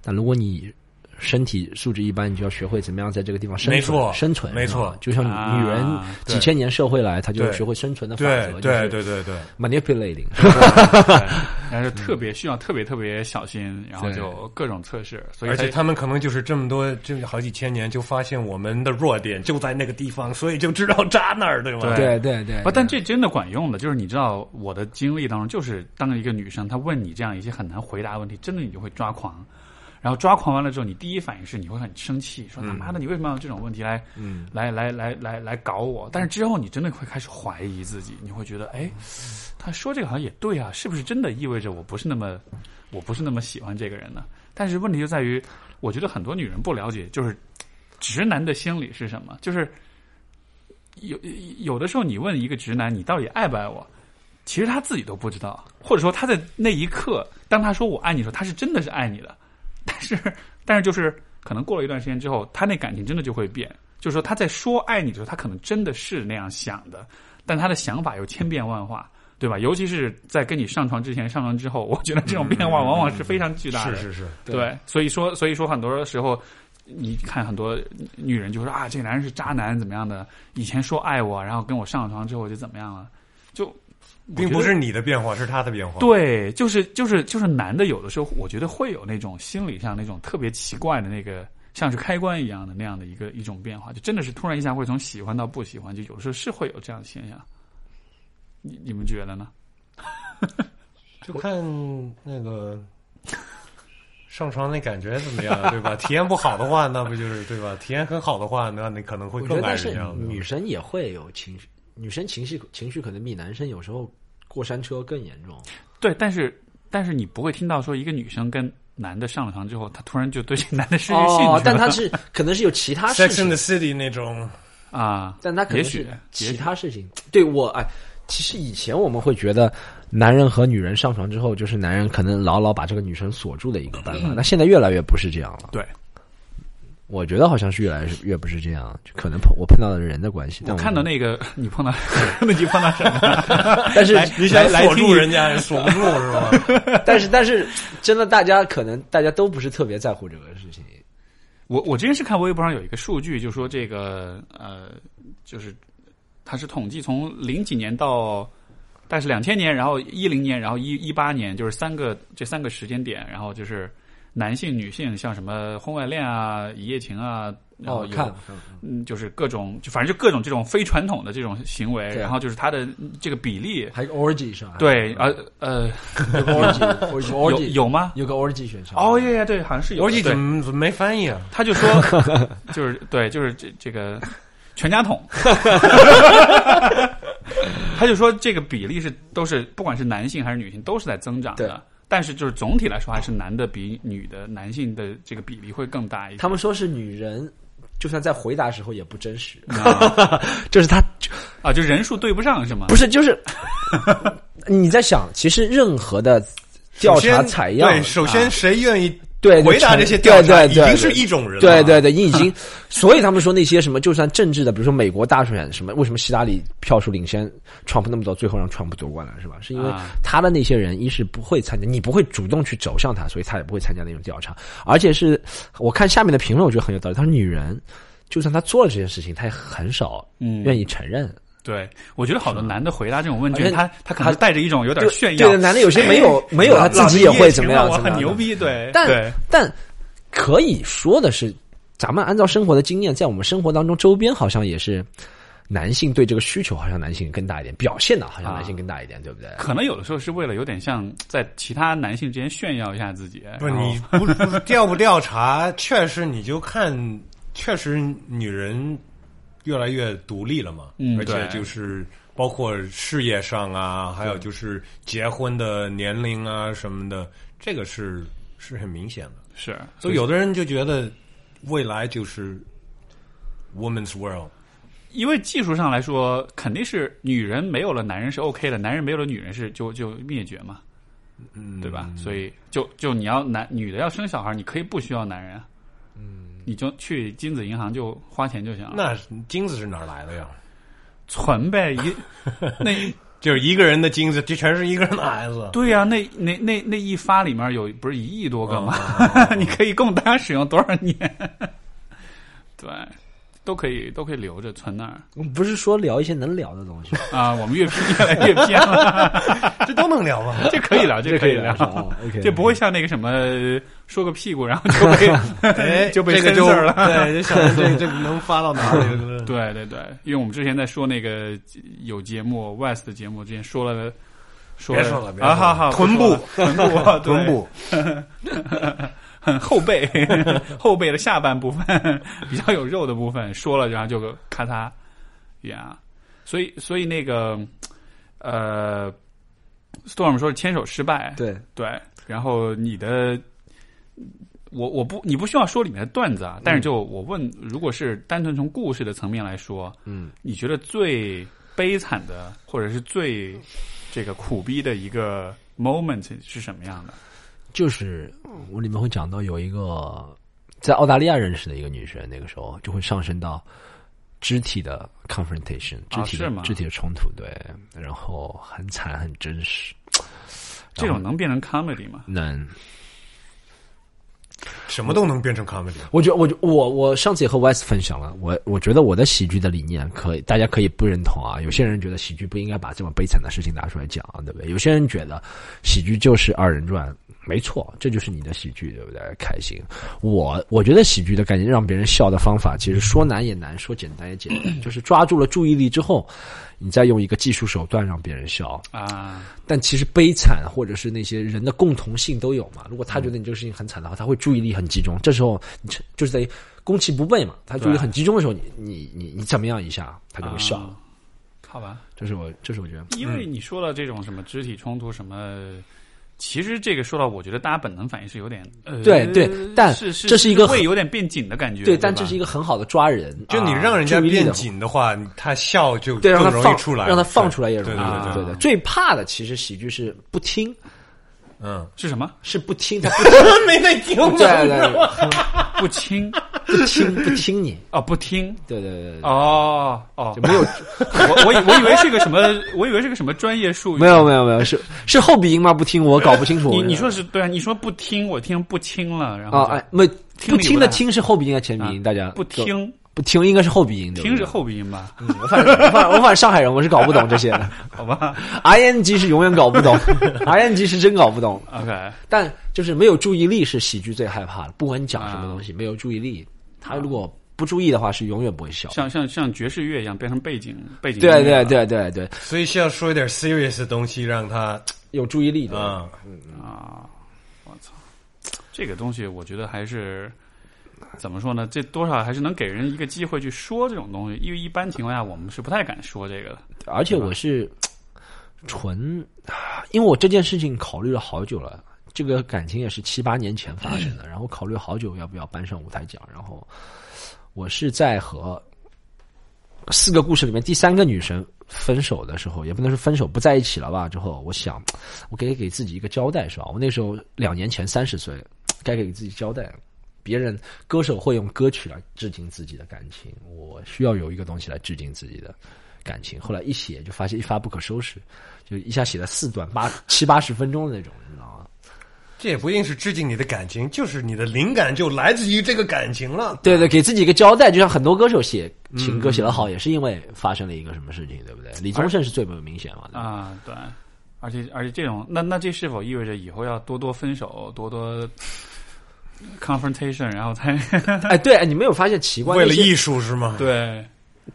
C: 但如果你身体素质一般，你就要学会怎么样在这个地方生存，
B: 没错
C: 生存，
B: 没错
C: 是吧就像
A: 啊
C: 女人
B: 对
C: 几千年社会来，她就
B: 对
C: 学会生存的法
B: 对
C: 则，
B: 对对对对，
C: ，manipulating。
A: 对，然
B: 嗯
A: 后就特别需要特别特别小心，然后
C: 对
A: 就各种测试，所以
B: 而且
A: 才
B: 他们可能就是这么多这好几千年就发现我们的弱点就在那个地方，所以就知道扎那儿，对吗？
A: 对
C: 对对对
A: 不，但这真的管用的，就是你知道我的经历当中，就是当一个女生她问你这样一些很难回答的问题，真的你就会抓狂。然后抓狂完了之后，你第一反应是你会很生气，说他妈的你为什么要用这种问题来，
B: 嗯
A: 来来来来来搞我？但是之后你真的会开始怀疑自己，你会觉得，哎，他说这个好像也对啊，是不是真的意味着我不是那么，我不是那么喜欢这个人呢？但是问题就在于，我觉得很多女人不了解，就是直男的心理是什么，就是有有的时候你问一个直男你到底爱不爱我，其实他自己都不知道，或者说他在那一刻，当他说我爱你的时候，他是真的是爱你的，但是但是就是可能过了一段时间之后，他那感情真的就会变，就是说他在说爱你的时候，他可能真的是那样想的，但他的想法又千变万化。对吧？尤其是在跟你上床之前、上床之后，我觉得这种变化往往是非常巨大的。
B: 是是是，
C: 对
A: 对，所以说，所以说很多时候，你看很多女人就说啊，这男人是渣男怎么样的？以前说爱我，然后跟我上了床之后就怎么样了？就
B: 并不是你的变化，是他的变化。
A: 对，就是就是就是男的，有的时候我觉得会有那种心理上那种特别奇怪的那个，像是开关一样的那样的一个一种变化，就真的是突然一下会从喜欢到不喜欢，就有的时候是会有这样的现象。你你们觉得呢？
B: 就看那个 上床那感觉怎么 样，对吧？体验不好的话，那不就是对吧？体验很好的话，那你可能会
C: 我觉
B: 更
C: 得，
B: 爱
C: 但是
B: 人家了。
C: 女生也会有情绪，女生情绪情绪可能比男生有时候过山车更严重。
A: 对，但是但是你不会听到说一个女生跟男的上了床之后，她突然就对这男的失去兴趣了、
C: 哦，但她 是可能是有其他事
B: Sex in
C: 情
B: the，City 那种，
A: 啊，
C: 但她可能
A: 也许
C: 是
A: 也许
C: 其他事情。对我哎，其实以前我们会觉得，男人和女人上床之后，就是男人可能牢牢把这个女生锁住的一个办法。那现在越来越不是这样了。
A: 嗯对，
C: 我觉得好像是越来越不是这样，就可能碰我碰到的人的关系。但
A: 我看到那个 你碰到， 那你碰到什么？
C: 但是
A: 来
B: 你
A: 来
B: 想
A: 来
B: 锁
A: 听
B: 住
A: 你
B: 人家，锁不住是吧？
C: 但是但是，真的大家可能大家都不是特别在乎这个事情。
A: 我我之前是看微博上有一个数据，就说这个呃，就是它是统计从零几年到大概是两千年，然后一零年，然后一一八年，就是三个这三个时间点，然后就是男性、女性，像什么婚外恋啊、一夜情啊，然后
C: 哦，
A: 有
C: 看了，
A: 嗯，就是各种，就反正就各种这种非传统的这种行为，
C: 对
A: 然后就是它的这个比例，
C: 还有个 orgy 是吧？
A: 对，呃呃，
C: 有个 orgy，
A: 有
C: orgy 啊
A: 有吗？
C: 有个 orgy 选项。
A: 哦，耶耶，对，好像是有
B: 尤
A: 的
B: 其
A: 对
B: 怎么怎么没翻译啊？
A: 他就 说，就是对，就是这这个全家 桶，他就说这个比例是都是不管是男性还是女性都是在增长
C: 对
A: 的，但是就是总体来说还是男的比女的男性的这个比例会更大一些。
C: 他们说是女人，就算在回答时候也不真实，
A: 啊
C: 就是她
A: 啊，就人数对不上是吗？
C: 不是就是你在想，其实任何的调查采样，啊
B: 对，首先谁愿意
C: 对
B: 回答这些调查，
C: 对
B: 已
C: 对
B: 经
C: 对
B: 是一种人了。
C: 对对对，你已经， 所以他们说那些什么，就算政治的，比如说美国大选什么，为什么希拉里票数领先川普那么多，最后让川普夺冠了，是吧？是因为
A: 啊
C: 他的那些人，一是不会参加，你不会主动去走向他，所以他也不会参加那种调查。而且是我看下面的评论，我觉得很有道理。他说女人，就算她做了这件事情，她也很少
A: 嗯，
C: 愿意承认。
A: 对，我觉得好多男的回答这种问
C: 而且
A: 卷，他他可能带着一种有点
C: 就
A: 炫
C: 对
A: 耀
C: 的，，男的有些没有没有，
A: 老
C: 他自己也会怎么 样
A: 老子一夜情了我
C: 怎么样
A: 很牛逼，对，
C: 但
A: 对
C: 但可以说的是，咱们按照生活的经验，在我们生活当中，周边好像也是男性对这个需求好像男性更大一点，表现的好像男性更大一点，对不对？
A: 可能有的时候是为了有点像在其他男性之间炫耀一下自己，
B: 不是
A: 然后
B: 你不不调不调查，确实你就看，确实女人越来越独立了嘛，
A: 嗯
B: 而且
A: 对
B: 就是包括事业上啊，还有就是结婚的年龄啊什么的，这个是是很明显的。
A: 是
B: 所以有的人就觉得未来就是 woman's world，
A: 因为技术上来说，肯定是女人没有了男人是 OK 的，男人没有了女人是就就灭绝嘛，
B: 嗯，
A: 对吧？所以就就你要男女的要生小孩，你可以不需要男人啊，嗯，你就去精子银行就花钱就行了，
B: 那金子是哪儿来的呀？
A: 存呗 一那
B: 就是一个人的金子，这全是一个人的孩子。
A: 对呀、那那那那一发里面有不是一亿多个吗？
B: 哦
A: 你可以供大家使用多少年？对，都可以都可以留着存那儿
C: 我 们不是说聊一些能聊的东 西，
A: 啊。我们越偏越来越偏了，
B: 这都能聊吗？
A: 这可以聊，这可以
C: 聊
A: 聊。
C: 啊，OK，
A: 这不会像那个什么说个屁股，然后就被、
B: 哎，
A: 就被
B: 这个就
A: censor 了。
B: 对，就想着这这能发到哪里了？
A: 对对对，因为我们之前在说那个有节目 West 的节目之前说了，说
B: 别说了别说了
A: 啊，好好，
B: 臀
A: 不
B: 部
A: 说了 臀部啊
B: 臀部，
A: 对 后背后背的下半部分 比较有肉的部分说了，然后就咔嚓呀所以所以那个呃，Storm 说牵手失败，
C: 对，
A: 对，然后你的，我我不你不需要说里面的段子啊，但
C: 嗯
A: 是就我问，如果是单纯从故事的层面来说，
C: 嗯，
A: 你觉得最悲惨的，或者是最这个苦逼的一个 moment 是什么样的？
C: 就是我里面会讲到有一个在澳大利亚认识的一个女生，那个时候就会上升到肢体的 confrontation，肢
A: 啊
C: 体的、
A: 是吗
C: 肢体的冲突，对，然后很惨很真实，
A: 这种能变成 comedy 吗？
C: 能
B: 什么都能变成 comedy。
C: 我觉得，我觉我我上次也和 West 分享了，我我觉得我的喜剧的理念可以，大家可以不认同啊。有些人觉得喜剧不应该把这么悲惨的事情拿出来讲啊，对不对？有些人觉得喜剧就是二人转，没错，这就是你的喜剧，对不对？开心。我我觉得喜剧的概念，让别人笑的方法，其实说难也难，说简单也简单，就是抓住了注意力之后，你再用一个技术手段让别人笑。
A: 啊，
C: 但其实悲惨或者是那些人的共同性都有嘛。如果他觉得你这个事情很惨的话，他会注意力很集中。这时候你这就是在攻其不备嘛，他注意力很集中的时候，
B: 嗯
C: 你你你你怎么样一下，他就会笑。
A: 啊好吧，
C: 这是我这是我觉得
A: 因为你说了这种什么肢体冲突什么。其实这个说到，我觉得大家本能反应是有点，呃，
C: 对对但
A: 是是
C: 这是一个
A: 胃有点变紧的感觉，对，
C: 对，但这是一
A: 个。
C: 个很好的抓人，
B: 就你让人
C: 啊
B: 家
C: 注意力
B: 变
C: 的
B: 紧的话，你他笑就
C: 对，让
B: 更
C: 他
B: 容
C: 放
B: 易出来，
C: 让他放出来也容
B: 对
C: 易。
B: 对对
A: 啊
C: 对的，最怕的其实喜剧是不听，
B: 嗯，
A: 是什么？
C: 是不听，他
B: 没得听
C: 不对对对，
A: 不 清
C: 不听不听你，
A: 啊，不听
C: 对对对对对，
A: 哦哦
C: 就，没有
A: 我我以我以为是个什么，我以为是个什么专业术语。
C: 没有没有没有，是是后鼻音吗？不听我搞不清楚。
A: 你你说是对啊？你说不听，我听不清了，然后
C: 啊
A: 就
C: 哎，没
A: 听
C: 不
A: 力
C: 听
A: 不太
C: 的
A: 好
C: 听是后鼻音还是前鼻音？
A: 啊
C: 大家
A: 不
C: 都
A: 听
C: 不听应该是后鼻音，对不
A: 听
C: 对
A: 是后鼻音吧？
C: 我 反正我反正我反正上海人，我是搞不懂这些的。
A: 好吧
C: ing 是永远搞不懂 ，ing 是真搞不懂。
A: ，OK，
C: 但就是没有注意力是喜剧最害怕的，不管你讲什
A: 啊
C: 么东西，没有注意力，他如果不注意的话，是永远不会笑。
A: 像像像爵士乐一样变成背景背景音乐啊
C: 对
A: 了。
C: 对对对对，
B: 所以是要说一点 serious 的东西，让他
C: 有注意力的。
B: 啊，
A: 啊，我操，这个东西我觉得还是怎么说呢？这多少还是能给人一个机会去说这种东西，因为一般情况下我们是不太敢说这个的。
C: 而且我是纯，因为我这件事情考虑了好久了，这个感情也是七八年前发生的，然后考虑好久要不要搬上舞台讲，然后我是在和四个故事里面第三个女生分手的时候，也不能说分手不在一起了吧，之后我想，我该给自己一个交代是吧？我那时候两年前三十岁，该给自己交代。别人歌手会用歌曲来致敬自己的感情，我需要有一个东西来致敬自己的感情。后来一写就发现一发不可收拾，就一下写了四段八七八十分钟的那种，你知道吗？
B: 这也不一定是致敬你的感情，就是你的灵感就来自于这个感情了。
C: 对对，给自己一个交代，就像很多歌手写情歌写得好，也是因为发生了一个什么事情，对不对？李宗盛是最明显嘛，对吧？
A: 啊，对，而且而且这种，那那这是否意味着以后要多多分手，多多 confrontation，然后才
C: 哎，对，哎你没有发现奇怪？
B: 啊为了
C: 那些
B: 艺术是 吗？，
A: 对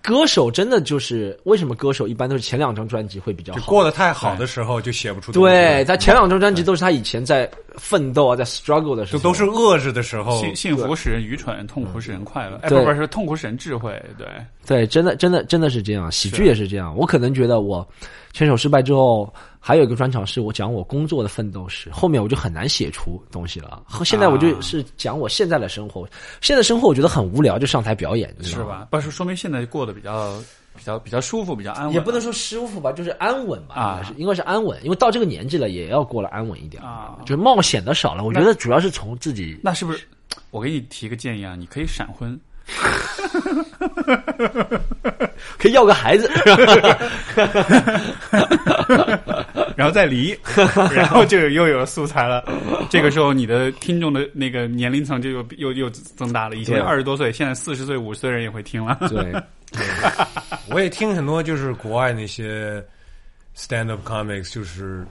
C: 歌手真的就是为什么歌手一般都是前两张专辑会比较
B: 就
C: 好？
B: 过得太好的时候就写不出东西来。
C: 对他前两张专辑都是他以前在奋斗啊，在 struggle 的时
B: 就
C: 候，
B: 都是遏制的时候，
A: 幸幸福使人愚蠢，痛苦使人快乐。哎，不
C: 对
A: 不是，痛苦使人智慧。对，
C: 对，真的，真的，真的是这样。喜
A: 啊
C: 剧也是这样。我可能觉得我牵手失败之后，还有一个专场是我讲我工作的奋斗史，后面我就很难写出东西了。和现在我
A: 啊
C: 就是讲我现在的生活，现在生活我觉得很无聊，就上台表演，你知
A: 是
C: 道吗？
A: 吧？不是，说明现在过得比较比较比较舒服，比较安稳了。
C: 也不能说舒服吧，就是安稳吧，
A: 啊
C: 应该是应该是安稳，因为到这个年纪了，也要过了安稳一点，
A: 啊
C: 就是冒险的少了。我觉得主要是从自己
A: 那是不是？我给你提个建议啊，你可以闪婚。
C: 可以要个 孩子，
A: 然后再离，然后就又有了素材了。这个时候，你的听众的那个年龄层就又又又增大了。以前
B: 啊
C: 对
A: 二十多岁，现在四十岁、五十岁人也会听了。
C: 对，
B: 我也听很多就是国外那些 stand up comics，就是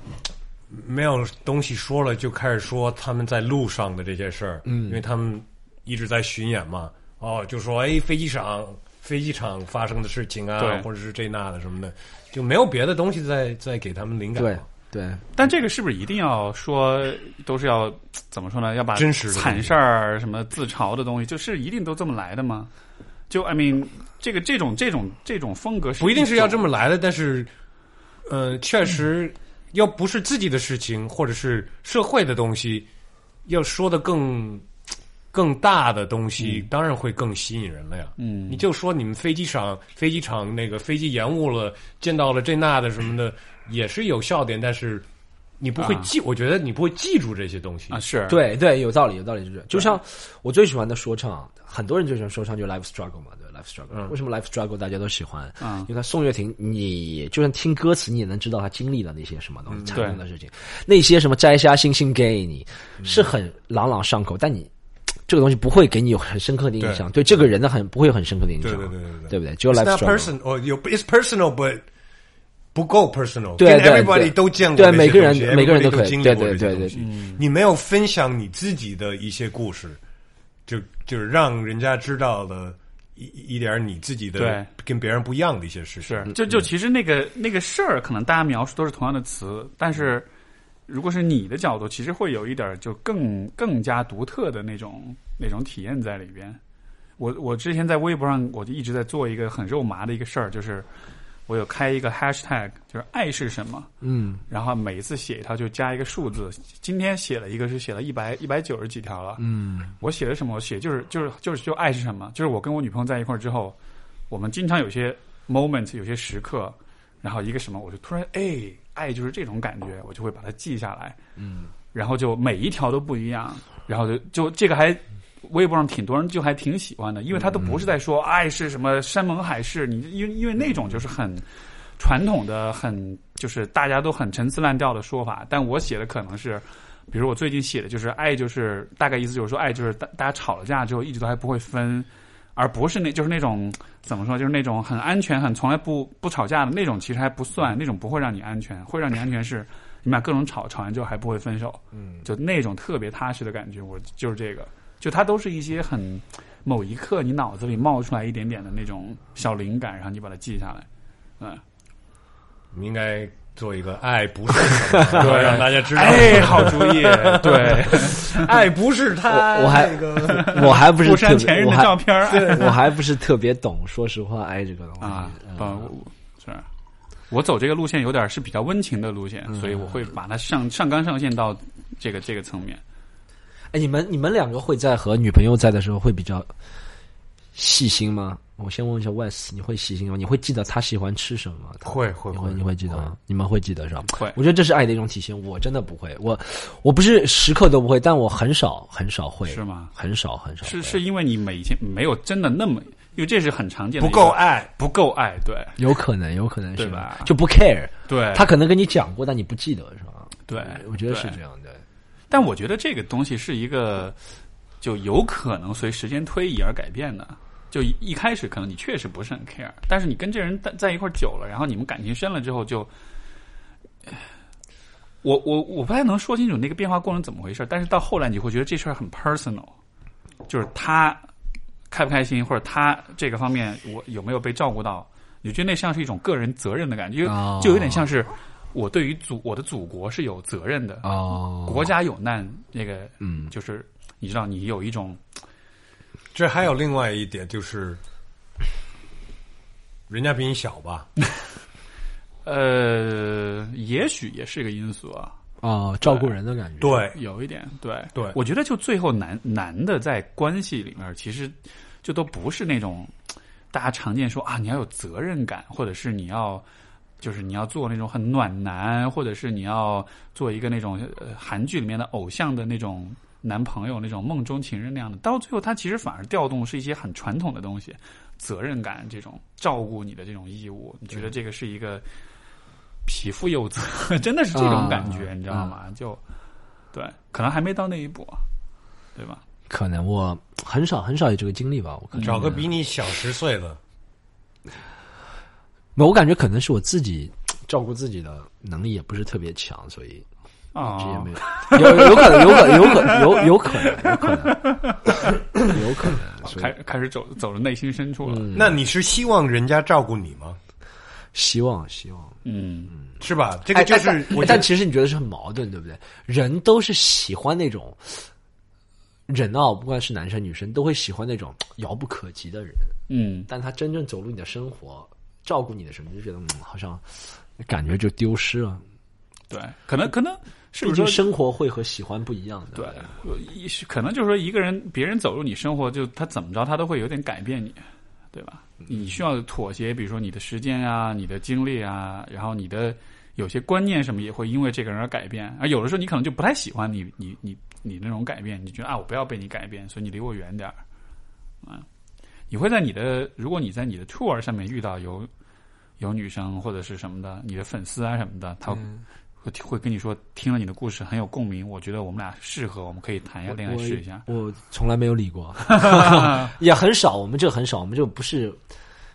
B: 没有东西说了就开始说他们在路上的这些事儿，嗯，因为他们一直在巡演嘛，哦，就说哎飞机场飞机场发生的事情
A: 对
B: 啊，或者是这那的什么的，就没有别的东西在在给他们灵感
C: 对
B: 嘛。，
C: 对，
A: 但这个是不是一定要说都是要怎么说呢？要把
B: 真实的
A: 惨事儿、什么自嘲的东西，就是一定都这么来的吗？就 I mean，这个这种这种这种风格是
B: 不一定是要
A: 种
B: 这么来的，但是，呃，确实
A: 嗯
B: 要不是自己的事情，或者是社会的东西，要说的更更大的东西，当然会更吸引人了呀。
A: 嗯
B: 你就说你们飞机场飞机场那个飞机延误了，见到了这那的什么的，也是有笑点，但是你不会
A: 啊
B: 记，我觉得你不会记住这些东西
A: 啊，是
C: 对对，有道理，有道理，就是就像我最喜欢的说唱，很多人最喜欢说唱就是 life struggle 嘛，对 life struggle、
B: 嗯
C: 为什么 life struggle 大家都喜欢？
A: 嗯
C: 因为他宋岳庭，你就算听歌词，你也能知道他经历了那些什么东西，惨痛的事情。那些什么摘下星星给你，是很朗朗上口，但你这个东西不会给你有很深刻的印象，对这个人的很不会有很深刻的印象，
B: 对对对对对
C: 对不对？只有
B: It's
C: life
B: not
C: struggle。
B: personal, or you, it's personal, but 不够 personal。
C: 对对
B: everybody
C: 对
B: 都见过
C: 对
B: 这些
C: 每个人
B: 东西
C: 每个人
B: ，everybody
C: 都
B: 都
C: 可以
B: 经历
C: 对
B: 过
C: 对
B: 这些
C: 对嗯
B: 东
C: 对
B: 西你没有分享你自己的一些故事，就就是让人家知道了一一点儿你自己的
A: 对
B: 跟别人不一样的一些事情。
C: 嗯
A: 是，就就其实那个那个事儿，可能大家描述都是同样的词，但是如果是你的角度，其实会有一点儿就更更加独特的那种那种体验在里边。我我之前在微博上，我就一直在做一个很肉麻的一个事儿，就是我有开一个 hashtag，就是爱是什么，
C: 嗯
A: 然后每一次写一条就加一个数字。今天写了一个是写了一百一百九十几条了，
C: 嗯
A: 我写的什么？我写就是就是就是就爱是什么？就是我跟我女朋友在一块儿之后，我们经常有些 moment，有些时刻，然后一个什么，我就突然哎，爱就是这种感觉，我就会把它记下来，
C: 嗯，
A: 然后就每一条都不一样，然后就就这个还。微博上挺多人就还挺喜欢的，因为他都不是在说爱是什么山盟海誓，你因为因为那种就是很传统的、很就是大家都很陈词滥调的说法，但我写的可能是比如我最近写的就是爱，就是大概意思就是说爱就是大大家吵了架之后一直都还不会分，而不是那就是那种怎么说，就是那种很安全、很从来不不吵架的那种，其实还不算，那种不会让你安全，会让你安全是你们俩各种吵，吵完之后还不会分手，
B: 嗯，
A: 就那种特别踏实的感觉，我就是这个，就它都是一些很某一刻你脑子里冒出来一点点的那种小灵感，然后你把它记下 来，嗯，
B: 你应该做一个爱不是什么，对，让大家知道，
A: 哎，好主意，对，
B: 爱不是他，
C: 我我还
B: 那个
C: 我还不是
A: 不
C: 特
A: 删
C: 别
A: 前任
C: 我
A: 的
C: 还
A: 照 片儿，
C: 我还不是特别懂，说实话，爱这个东西
A: 啊，不，
C: 嗯
A: 我是我走这个路线有点是比较温情的路
C: 嗯
A: 线，所以我会把它上上纲上线到这个这个层面。
C: 哎，你们你们两个会在和女朋友在的时候会比较细心吗？我先问一下 Wes，你会细心吗？你会记得她喜欢吃什么吗？
B: 会会
C: 你
B: 会
C: 会你会记得吗？你们会记得是吧？
A: 会
C: 我觉得这是爱的一种体现。我真的不会，我我不是时刻都不会，但我很少很少会，
A: 是吗？
C: 很少很少会
A: 是是因为你每天没有真的那么，因为这是很常见的
B: 不
A: 一个
B: 够爱，
A: 不够爱，对
C: 有可能有可能
A: 对
C: 是
A: 吧
C: 就不 care，
A: 对，
C: 他可能跟你讲过，但你不记得是吧？
A: 对，
C: 我觉得是
A: 对
C: 这。样的。
A: 但我觉得这个东西是一个就有可能随时间推移而改变的。就一一开始可能你确实不是很 care，但是你跟这人在在一块儿久了，然后你们感情深了之后就，呃我我我不太能说清楚那个变化过程怎么回事，但是到后来你会觉得这事儿很 personal，就是他开不开心或者他这个方面我有没有被照顾到，你觉得那像是一种个人责任的感觉，
C: 哦
A: 就就有点像是我对于祖我的祖国是有责任的，
C: 哦
A: 国家有难，那个
C: 嗯
A: 就是你知道，你有一种
B: 这还有另外一点就是，人家比你小吧，
A: 呃，也许也是个因素啊，
C: 哦，照顾人的感觉。
B: 对
A: 有一点对
B: 对
A: 我觉得就最后男男的在关系里面，其实就都不是那种大家常见说啊，你要有责任感，或者是你要。就是你要做那种很暖男，或者是你要做一个那种呃韩剧里面的偶像的那种男朋友、那种梦中情人那样的，到最后他其实反而调动是一些很传统的东西，责任感这种照顾你的这种义务，你觉得这个是一个匹夫有责， 真的是这种感觉，
C: 啊
A: 你知道吗？就对，可能还没到那一步，啊对吧？
C: 可能我很少很少有这个经历吧，我可能
B: 找个比你小十岁的，
C: 没有我感觉可能是我自己照顾自己的能力也不是特别强，所以
A: 啊、
C: 这也没有哦有有可能有可有可有有可能有可能有可 能，所
A: 开
C: 以
A: 开始走走入内心深处了，
C: 嗯
B: 那你是希望人家照顾你吗？
C: 希望希望。
A: 嗯，
B: 是吧？这个
C: 这
B: 就是我
C: 但，但其实你觉得是很矛盾，对不对？人都是喜欢那种人啊，不管是男生女生，都会喜欢那种遥不可及的人。
A: 嗯，
C: 但他真正走入你的生活，照顾你的什么，就觉得嗯，好像感觉就丢失了。
A: 对，可能可能是
C: 毕
A: 不是
C: 竟
A: 说
C: 生活会和喜欢不一样的。
A: 对，一是可能就是说一个人，别人走入你生活，就他怎么着，他都会有点改变你，对吧？你需要妥协，比如说你的时间啊、你的精力啊，然后你的有些观念什么也会因为这个人而改变。而有的时候你可能就不太喜欢你你你你那种改变，你觉得啊，我不要被你改变，所以你离我远点儿。啊，你会在你的如果你在你的 tour 上面遇到有有女生或者是什么的，你的粉丝啊什么的，他
B: 嗯
A: 会会跟你说，听了你的故事很有共鸣，我觉得我们俩适合，我们可以谈一下恋爱试一下。
C: 我从来没有理过， 也很少。我们这很少，我们这不是，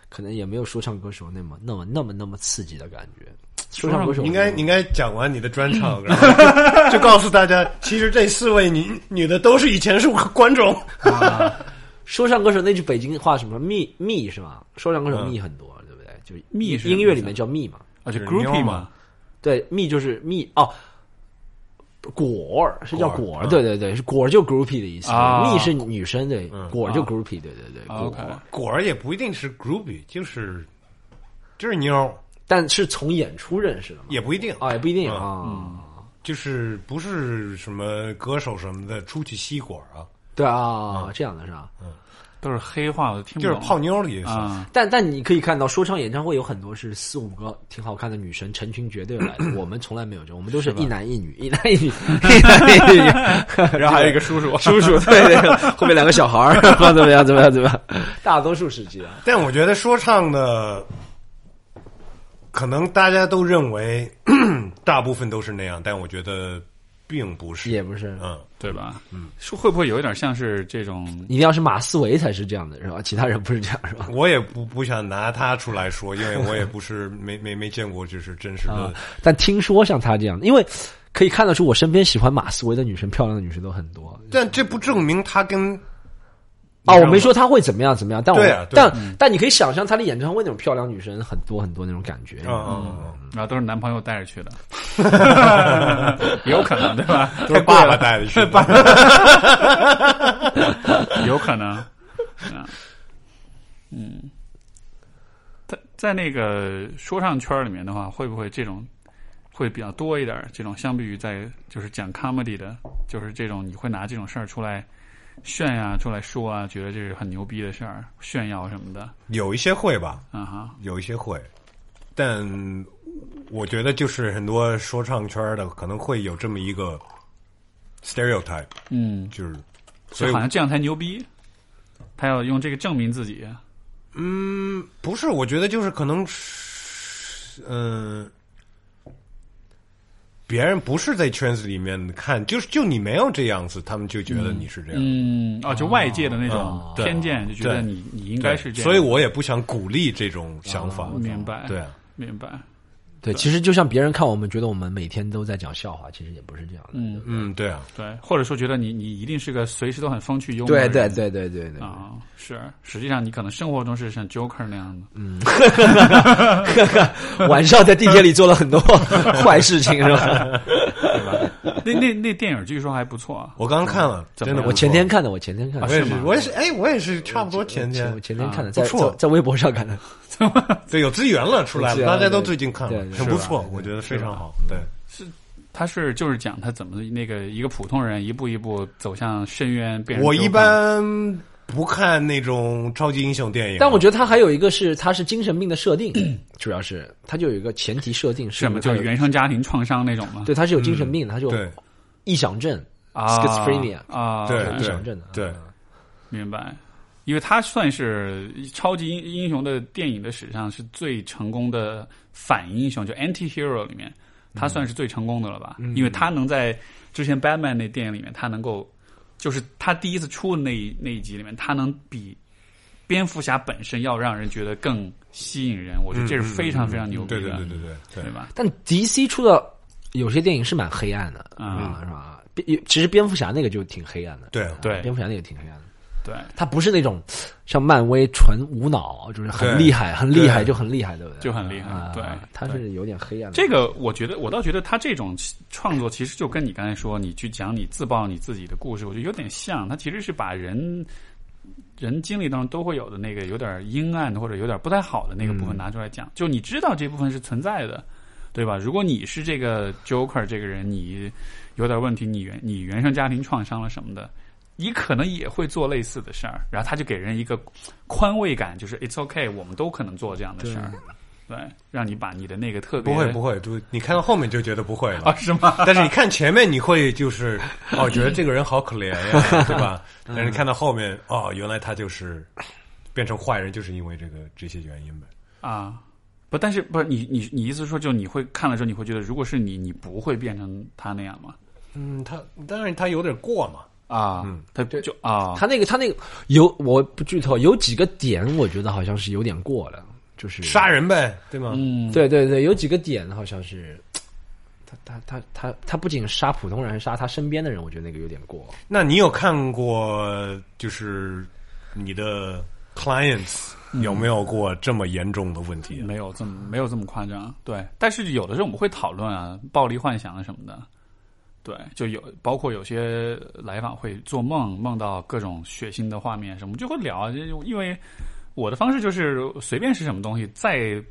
C: 可能也没有说唱歌手那么那么那么那么刺激的感觉。说唱歌手
B: 你应该你应该讲完你的专 场，然后就就告诉大家，其实这四位女女的都是以前是我观 众。
C: 说唱歌手那句北京话什么蜜蜜是吧？说唱歌手
B: 嗯
C: 蜜很多，对不对？就
A: 蜜是
C: 音乐里面叫蜜嘛。
A: 啊，就
B: 就是
A: groupie
B: 妞
A: 嘛
B: 嘛，
C: 对，蜜就是蜜哦，果儿是叫果
B: 果
C: 儿，
B: 儿
C: 对对对，是果儿就 groupie 的意思，
A: 啊
C: 蜜是女生对，
B: 嗯
C: 果儿就 groupie，对对对，
A: 啊
C: 果
A: OK
C: 儿
B: 果儿也不一定是 groovy，就是这是妞儿
C: 但是从演出认识的嘛？
B: 也不一定
C: 啊，也不一定
B: 嗯
C: 啊。
B: 就是不是什么歌手什么的出去吸管啊，
C: 对啊，这样的是吧？
A: 都是黑话，我都听不
B: 就是
A: 懂。
B: 泡妞儿的意思。
A: 啊，
C: 但但你可以看到，说唱演唱会有很多是四五个挺好看的女生成群结队来 的，我们从来没有这，我们都是一男一女，一男 一女，一男一女，
A: 然后还有一个叔叔，
C: 叔叔， 对对，后面两个小孩儿， 然后怎么样怎么样怎么样，大多数是这样。
B: 但我觉得说唱的，可能大家都认为大部分都是那样，但我觉得并不是。
C: 也不是，
B: 嗯，
A: 对吧？嗯，说会不会有一点像是这种
C: 一定要是马思唯才是这样的，是吧？其他人不是这样，是吧？
B: 我也不不想拿他出来说，因为我也不是没没没见过，就是真实的
C: 啊。但听说像他这样的，因为可以看得出，我身边喜欢马思唯的女生，漂亮的女生都很多。
B: 但这不证明他跟
C: 啊，我没说她会怎么样怎么样，但我、
B: 对啊对
A: 嗯
C: 但但你可以想象她的演唱会那种漂亮女生很多很多那种感觉。
B: 嗯嗯
A: 然后都是男朋友带着去的， 有可能对吧？
B: 嗯，都是爸爸带的去的。
A: 有可能， 啊，嗯，在在那个说唱圈里面的话，会不会这种会比较多一点儿？这种相比于在就是讲 comedy 的，就是这种你会拿这种事儿出来炫呀、出来说啊，觉得这是很牛逼的事儿，炫耀什么的，
B: 有一些会吧，
A: 啊哈，
B: 有一些会，但我觉得就是很多说唱圈的可能会有这么一个 stereotype，
A: 嗯，
B: 就是所
A: 就
B: 以
A: 好像这样才牛逼，他要用这个证明自己，
B: 嗯，不是，我觉得就是可能是，嗯、别人不是在圈子里面看，就是就你没有这样子，他们就觉得你是这样。
A: 嗯，哦，就外界的那种
B: 对
A: 偏见，就觉得
B: 哦对
A: 你你应
B: 应
A: 该是这样，嗯
B: 所以我也不想鼓励这种想法。
A: 明白，
B: 对，啊，
A: 明白，
C: 对，其实就像别人看我们，觉得我们每天都在讲笑话，其实也不是这样的。
A: 嗯，
B: 嗯，对啊，
A: 对，或者说觉得你你一定是个随时都很风趣幽默的
C: 对
A: 人，
C: 对对对对对，
A: 啊、是，实际上你可能生活中是像 Joker 那样的，
C: 嗯 晚上在地铁里做了很多 坏事情，是吧？
A: 那那那电影据说还不错啊，
B: 我刚看了，
A: 怎
B: 真
A: 么
B: 的，
A: 样
C: 我前天看的，我前天看的，
B: 我也是，我也是，哎，我也是差不多前天
C: 我，前天看的，
A: 啊
C: 在
B: 不错
C: 在在微博上看的。
B: 对，有资源了出来
C: 有资
B: 了，
C: 源了
B: 大家都最近看
C: 对
B: 了
C: 对，对
B: 很
C: 是
B: 不
C: 吧
B: 错
C: 对，
B: 我觉得非常好。对，
A: 他是就是讲他怎么那个一个普通人一步一步走向深渊，变成
B: 我一
A: Joker
B: 般不看那种超级英雄电影，啊
C: 但我觉得他还有一个是，他是精神病的设定，主要是他就有一个前提设定是
A: 什么
C: 他
A: 就
C: 有
A: 是原生家庭创伤那种嘛，
C: 对，他是有精神病的，他就
B: 对
C: 臆想症，
A: 啊
C: schizophrenia
A: 啊，
B: 对
C: 有臆想症的。啊
B: 对。
A: 明白。因为他算是超级英英雄的电影的史上是最成功的反英雄，就 anti hero 里面，他算是最成功的了吧？
B: 嗯
A: 因为他能在之前 Batman 那电影里面，他能够就是他第一次出的那一那一集里面，他能比蝙蝠侠本身要让人觉得更吸引人。我觉得
B: 嗯
A: 这是非常非常牛逼
B: 对
A: 的，
B: 对对对对对
A: 对。吧？
C: 但 DC 出的有些电影是蛮黑暗的
A: 嗯
C: 啊，是吧？蝙其实蝙蝠侠那个就挺黑暗的，
B: 对
A: 对
C: 蝙蝠侠那个挺黑暗的。
A: 对，
C: 他不是那种像漫威纯无脑，就是很
B: 对
C: 厉害，很厉害
B: 对
C: 就很厉害，对不对？
A: 就很厉害
C: 啊
A: 对
C: 他是有点黑暗的。
A: 这个我觉得，我倒觉得他这种创作其实就跟你刚才说，你去讲你自曝你自己的故事，我觉得有点像。他其实是把人人经历当中都会有的那个有点阴暗的或者有点不太好的那个
B: 嗯
A: 部分拿出来讲，就你知道这部分是存在的，对吧？如果你是这个 Joker 这个人，你有点问题，你原你原生家庭创伤了什么的。你可能也会做类似的事儿，然后他就给人一个宽慰感，就是 it's okay，我们都可能做这样的事儿，对，让你把你的那个特别
B: 不会不会，就你看到后面就觉得不会
A: 啊，
B: 了，
A: 是吗？
B: 但是你看前面你会就是哦，觉得这个人好可怜 呀，对吧？但是看到后面哦，原来他就是变成坏人，就是因为这个这些原因呗。
A: 啊，不，但是不是你你你意思说，就你会看了之后，你会觉得，如果是你，你不会变成他那样吗？
B: 嗯，他当然他有点过嘛，
A: 啊，他就啊，
C: 他那个他那个有我不剧透，有几个点我觉得好像是有点过了，就是
B: 杀人呗，对吗？
A: 嗯，
C: 对对对，有几个点好像是，他他他他他不仅杀普通人，还杀他身边的人，我觉得那个有点过。
B: 那你有看过就是你的 clients 有没有过这么严重的问题啊？
A: 没有这么没有这么夸张，对。但是有的时候我们会讨论啊，暴力幻想啊什么的，对，就有包括有些来访会做梦，梦到各种血腥的画面什么，就会聊啊，就因为我的方式就是随便是什么东西，再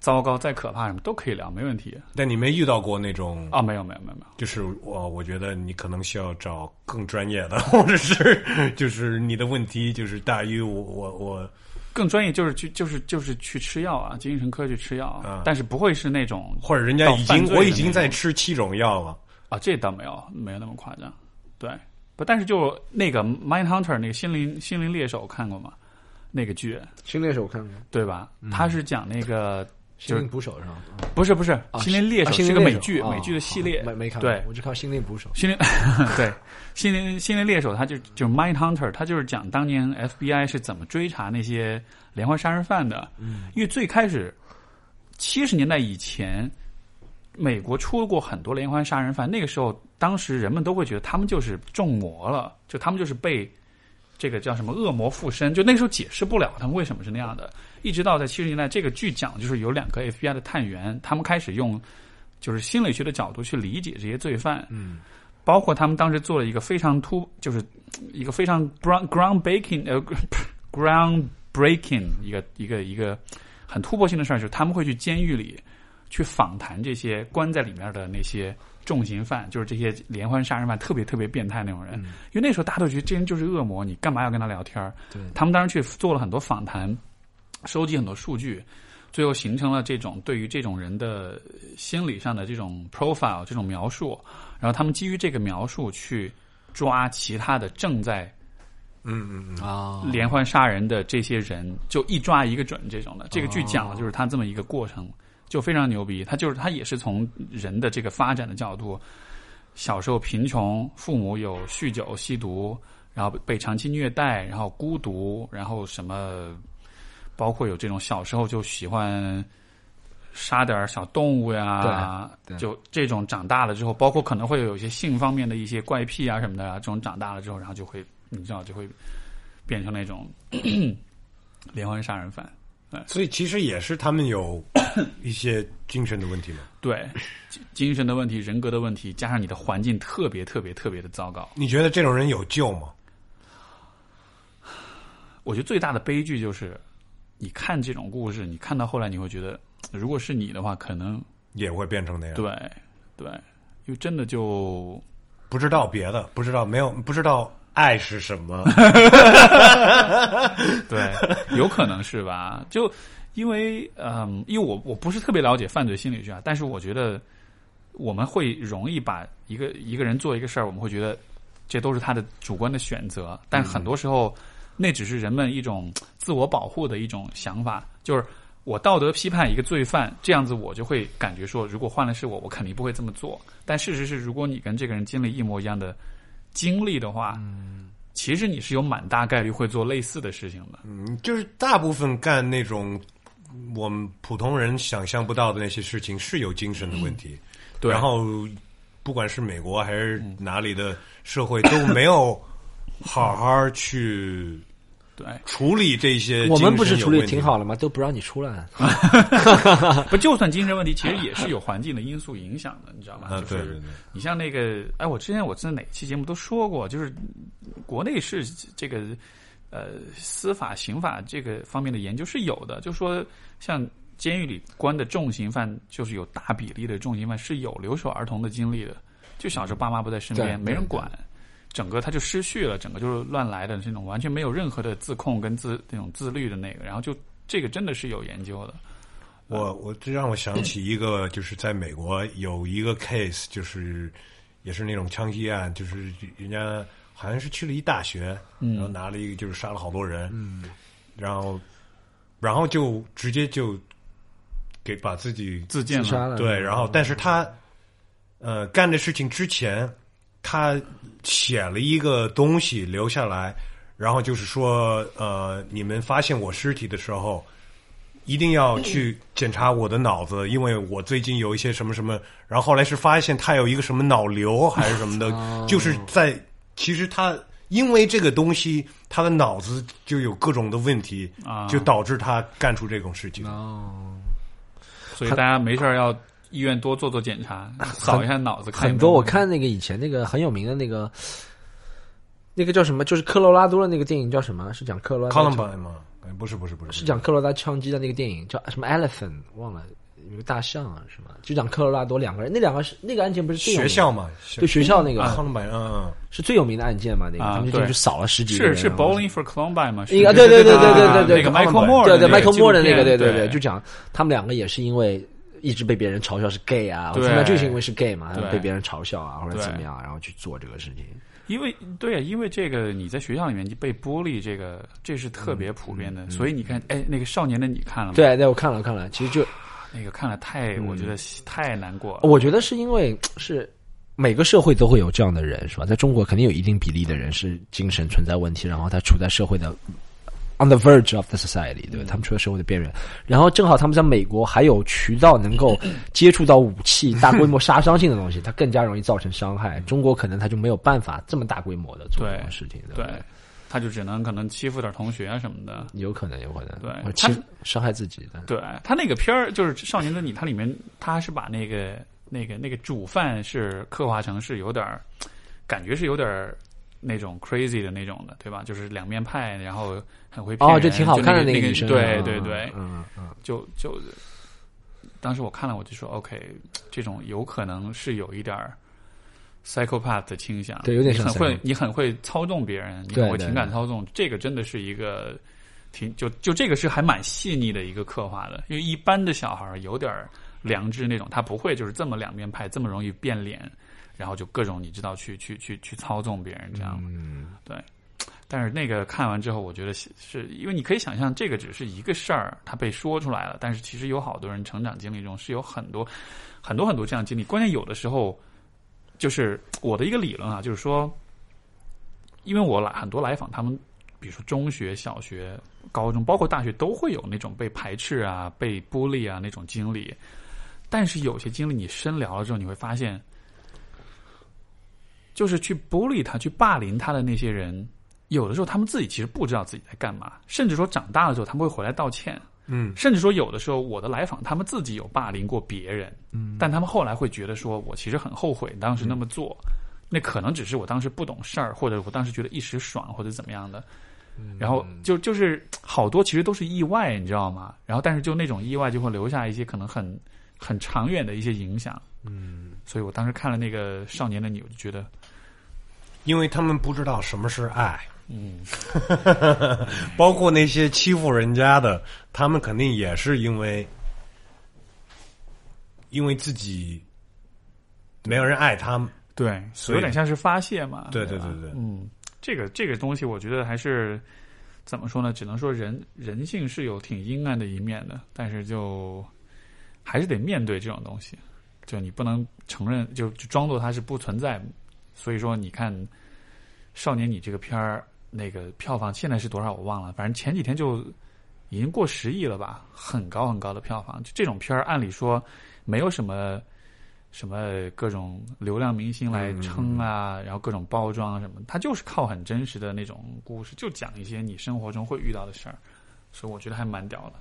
A: 糟糕、再可怕什么都可以聊，没问题
B: 但你没遇到过那种，
A: 啊！没有没有没有没有，
B: 就是我我觉得你可能需要找更专业的， 或者是就是你的问题就是大于我我我
A: 更专业就是去就是就是去吃药啊，精神科去吃药啊，
B: 嗯
A: 但是不会是那种
B: 或者人家已
A: 到犯
B: 经
A: 罪的
B: 我已经
A: 那种
B: 在吃七种药了，
A: 啊，这倒没有，没有那么夸张。对，不，但是就那个《Mind Hunter》那个心灵心灵猎手看过吗？那个剧
C: 新猎手我看过，
A: 对吧？
C: 嗯
A: 他是讲那个
C: 心灵捕手是吧？
A: 不是不是
C: 啊
A: 《心灵猎手》
C: 啊心
A: 是
C: 灵
A: 个
C: 猎
A: 美
C: 手
A: 剧，
C: 啊
A: 美剧的系列
C: 好没没看过
A: 对，
C: 我就看《心灵捕手》。
A: 心灵对心灵心灵猎手，他就就是 Mind Hunter，他就是讲当年 FBI 是怎么追查那些连环杀人犯的。嗯，因为最开始七十年代以前，美国出过很多连环杀人犯，那个时候当时人们都会觉得他们就是中魔了，就他们就是被。这个叫什么恶魔附身？就那时候解释不了他们为什么是那样的，一直到在七十年代，这个剧讲就是有两个 FBI 的探员，他们开始用就是心理学的角度去理解这些罪犯，
B: 嗯，
A: 包括他们当时做了一个非常突，就是一个非常 ground ground breaking 呃 ground breaking 一个一个一个很突破性的事儿，就是他们会去监狱里去访谈这些关在里面的那些重刑犯，就是这些连环杀人犯，特别特别变态那种人。因为那时候大家都觉得这人就是恶魔，你干嘛要跟他聊天儿？
C: 对
A: 他们当时去做了很多访谈，收集很多数据，最后形成了这种对于这种人的心理上的这种 profile 这种描述，然后他们基于这个描述去抓其他的正在
B: 嗯嗯嗯，
C: 啊
A: 连环杀人的这些人，就一抓一个准这种的。这个剧讲的就是他这么一个过程，就非常牛逼。他就是他也是从人的这个发展的角度，小时候贫穷，父母有酗酒、吸毒，然后被长期虐待，然后孤独，然后什么，包括有这种小时候就喜欢。杀点儿小动物呀，
C: 对对
A: 就这种长大了之后，包括可能会有一些性方面的一些怪癖啊什么的啊，这种长大了之后，然后就会，你知道就会变成那种 连环杀人犯。
B: 嗯所以其实也是他们有一些精神的问题嘛。
A: 对，精精神的问题、人格的问题，加上你的环境特别特别特别的糟糕。
B: 你觉得这种人有救吗？
A: 我觉得最大的悲剧就是，你看这种故事，你看到后来你会觉得，如果是你的话，可能
B: 也会变成那样？
A: 对对，因为真的就
B: 不知道别的，不知道没有，不知道爱是什么。
A: 对，有可能是吧？就因为嗯，因为我我不是特别了解犯罪心理学啊，但是我觉得我们会容易把一个一个人做一个事儿，我们会觉得这都是他的主观的选择，但很多时候那只是人们一种自我保护的一种想法，就是。我道德批判一个罪犯，这样子我就会感觉说，如果换了是我，我肯定不会这么做。但事实是，如果你跟这个人经历一模一样的经历的话，其实你是有蛮大概率会做类似的事情的。
B: 嗯，就是大部分干那种我们普通人想象不到的那些事情，是有精神的问题。
A: 对，
B: 然后不管是美国还是哪里的社会，都没有好好去
A: 对，
B: 处理这些。
C: 我们不是处理挺？好了吗？都不让你出来，
A: 不就算精神问题，其实也是有环境的因素影响的，你知道吗？
B: 啊，
A: 就
B: 对对
A: 是
B: 对，
A: 你像那个，哎，我之前我在哪期节目都说过，就是国内是这个呃司法刑法这个方面的研究是有的，就说像监狱里关的重刑犯，就是有大比例的重刑犯是有留守儿童的经历的，就小时候爸妈不在身边，
C: 对
A: 没人管。整个他就失序了，整个就是乱来的这种，完全没有任何的自控跟自那种自律的那个，然后就这个真的是有研究的，
B: 我我这让我想起一个，就是在美国有一个 case，就是也是那种枪击案，就是人家好像是去了一大学，
C: 嗯
B: 然后拿了一个就是杀了好多人，然后然后就直接就给把自己
A: 自荐
C: 自
A: 了
C: 杀。了。
B: 对，然后但是他呃干这事情之前，他写了一个东西留下来，然后就是说呃，你们发现我尸体的时候，一定要去检查我的脑子，因为我最近有一些什么什么。然后后来是发现他有一个什么脑瘤还是什么的，就是在其实他。因为这个东西，他的脑子就有各种的问题，
A: 啊
B: 就导致他干出这种事情。
C: 哦，
A: 所以大家没事儿要医院多做做检查，扫一下脑子，看有
C: 很
A: 没有
C: 多我看那个以前那个很有名的那个，那个叫什么？就是科罗拉多的那个电影叫什么？是讲科罗拉多
B: Columbine 嘛，哎不是不是不是，
C: 是讲科罗拉枪击的那个电影叫什么 Elephant，忘了有个大象啊什么，就讲科罗拉多两个人，那两个是那个案件不是最有
B: 学
C: 名
B: 校嘛？
C: 对学校那个、
B: 康能白，嗯，
C: 是最有名的案件嘛？那个、
A: 啊
C: 他们就
A: 对
C: 进去扫了十几
A: 是
C: 个人，啊
A: 是
C: 然后
A: Bowling for Columbine 吗？
C: 一
A: 是啊
C: 个对对对对对对对
A: 那个
B: 对
A: Michael Moore
C: 对
A: 的
C: 对
A: 那个
C: ，Michael Moore 的那
A: 纪录片
C: 个，对
A: 对
C: 对，就讲他们两个也是因为一直被别人嘲笑是 gay 啊，
A: 对
C: 我们就是因为是 gay 嘛，
A: 对
C: 被别人嘲笑啊，或者
A: 对
C: 怎么样啊，然后去做这个事情。
A: 因为对啊，因为这个你在学校里面被bully，这个这是特别普遍的，所以你看，哎，那个少年的你看了吗？，
C: 嗯对对，我看了看了，其实就
A: 那个看了太，我觉得
C: 嗯
A: 太难过了。
C: 我觉得是因为是每个社会都会有这样的人，是吧？在中国肯定有一定比例的人是精神存在问题，然后他处在社会的 on the verge of the society，对吧？他们处在社会的边缘，然后正好他们在美国还有渠道能够 接触到武器、大规模杀伤性的东西，它更加容易造成伤害。中国可能他就没有办法这么大规模的做
A: 对
C: 这种事情，对不
A: 对，他就只能可能欺负点同学啊什么的。
C: 有可能，有可能，
A: 对
C: 或者
A: 他
C: 欺伤害自己的，
A: 对他那个片儿就是《少年的你》，它里面他还是把那个那个那个主犯是刻画成是有点儿，感觉是有点儿那种 crazy 的那种的，对吧？就是两面派，然后很会骗
C: 哦，
A: 人，
C: 就挺好看的
A: 那
C: 个
A: 个
C: 女生，
A: 对
C: 嗯
A: 对对，
C: 嗯嗯，
A: 就就当时我看了，我就说 OK，这种有可能是有一点儿 psychopath 的倾向，
C: 对有点
A: 你
C: 像
A: 很会你很会操纵别人，你
C: 对
A: 很会
C: 对
A: 情感
C: 对
A: 操纵，这个真的是一个挺就就这个是还蛮细腻的一个刻画的，因为一般的小孩儿有点儿良知那种，他不会就是这么两面派，这么容易变脸。然后就各种你知道去去去去操纵别人这样，
C: 嗯
A: 但是那个看完之后，我觉得是是因为你可以想象，这个只是一个事儿，它被说出来了。但是其实有好多人成长经历中是有很多很多很多这样的经历。关键有的时候，就是我的一个理论啊，就是说，因为我来很多来访，他们比如说中学、小学、高中，包括大学，都会有那种被排斥啊、被孤立啊那种经历。但是有些经历你深聊了之后，你会发现，就是去 bully 他、去霸凌他的那些人，有的时候他们自己其实不知道自己在干嘛，甚至说长大了之后他们会回来道歉，
B: 嗯，
A: 甚至说有的时候我的来访他们自己有霸凌过别人，嗯，但他们后来会觉得说我其实很后悔当时那么做，那可能只是我当时不懂事儿，或者我当时觉得一时爽或者怎么样的。然后就就是好多其实都是意外，你知道吗？然后但是就那种意外就会留下一些可能很很长远的一些影响。嗯，所以我当时看了那个《少年的你》，我就觉得
B: 因为他们不知道什么是爱。嗯，包括那些欺负人家的，他们肯定也是因为因为自己没有人爱他们。
A: 对，
B: 所以
A: 有点像是发泄嘛。
B: 对
A: 对
B: 对
A: 吧
B: 对对，啊
A: 嗯，这个这个东西，我觉得还是怎么说呢？只能说人人性是有挺阴暗的一面的，但是就还是得面对这种东西，就你不能承认，就就装作它是不存在。所以说，你看《少年你》这个片儿，那个票房现在是多少我忘了，反正前几天就已经过十亿了吧，很高很高的票房。就这种片儿，按理说没有什么。什么各种流量明星来撑啊，然后各种包装啊什么，它就是靠很真实的那种故事，就讲一些你生活中会遇到的事儿，所以我觉得还蛮屌的。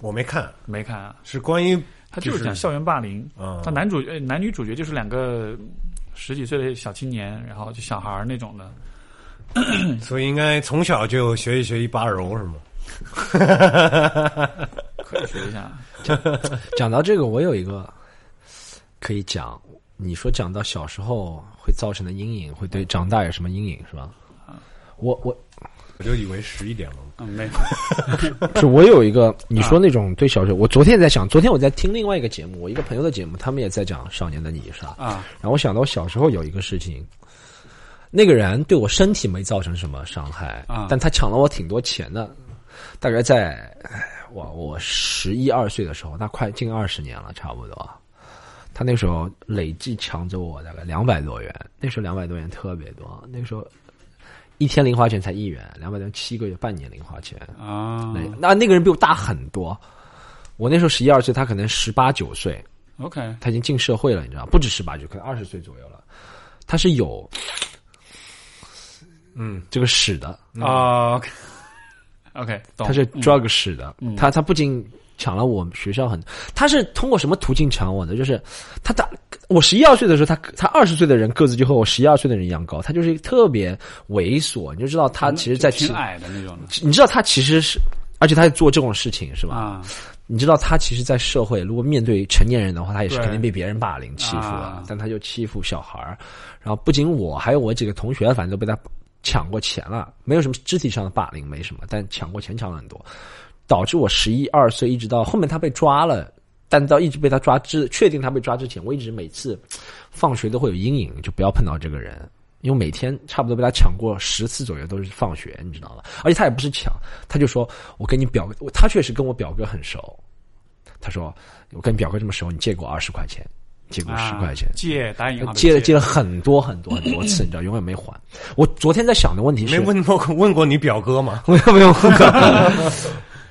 B: 我没看，
A: 没看啊，
B: 是关于
A: 他就是
B: 就
A: 讲
B: 是
A: 校园霸凌，
B: 嗯
A: 他男主呃男女主角就是两个嗯十几岁的小青年，然后就小孩儿那种的，
B: 所以应该从小就学一学一八柔是吗？
A: 可以学一下。
C: 讲到这个，我有一个可以讲。你说讲到小时候会造成的阴影，会对长大有什么阴影是吧？我我
B: 我就以为十一点了。
A: 嗯，没有，
C: 是我有一个，你说那种对小学，我昨天也在想，昨天我在听另外一个节目，我一个朋友的节目，他们也在讲《少年的你》是吧？
A: 啊，
C: 然后我想到我小时候有一个事情，那个人对我身体没造成什么伤害，
A: 啊
C: 但他抢了我挺多钱的，大概在哎我我十一二岁的时候，那快近二十年了，差不多。他那时候累计抢走我大概两百多元，那时候两百多元特别多，那个时候一天零花钱才一元，两百多元七个月半年零花钱，
A: 啊
C: 那那那个人比我大很多，我那时候十一二岁，他可能十八九岁，
A: ，OK，
C: 他已经进社会了，你知道，不止十八九，可能二十岁左右了。他是有
B: 嗯，
C: 这个史的，
A: 啊，OK，OK，懂。
C: 他是
A: 嗯
C: drug 史的。
A: 嗯
C: 他他不仅抢了我们学校很，他是通过什么途径抢我的？就是他打我十一二岁的时候，他他二十岁的人个子就和我十一二岁的人一样高，他
A: 嗯
C: 就是一个特别猥琐，你就知道他其实在
A: 挺
C: 其
A: 矮的那种的，
C: 你知道他其实是而且他也做这种事情是吧？
A: 啊，
C: 你知道他其实，在社会如果面对成年人的话，他也是
A: 对
C: 肯定被别人霸凌欺负
A: 啊
C: 但他就欺负小孩儿。然后不仅我，还有我几个同学，反正都被他抢过钱了，没有什么肢体上的霸凌，没什么，但抢过钱抢了很多，导致我十一二岁一直到后面他被抓了。但到一直被他抓之，确定他被抓之前，我一直每次放学都会有阴影，就不要碰到这个人，因为每天差不多被他抢过十次左右，都是放学，你知道吧？而且他也不是抢，他就说我跟你表哥，他确实跟我表哥很熟，他说我跟表哥这么熟，你借过二十块钱，借过十块钱
A: 啊，借打
B: 嗯
A: 引号的
C: 借了借
A: 借
C: 了很多很多很多次，你知道，永远没 还。我昨天在想的问题
B: 你
C: 是，
B: 没问过问过你表哥 吗？
C: 我有没有问过？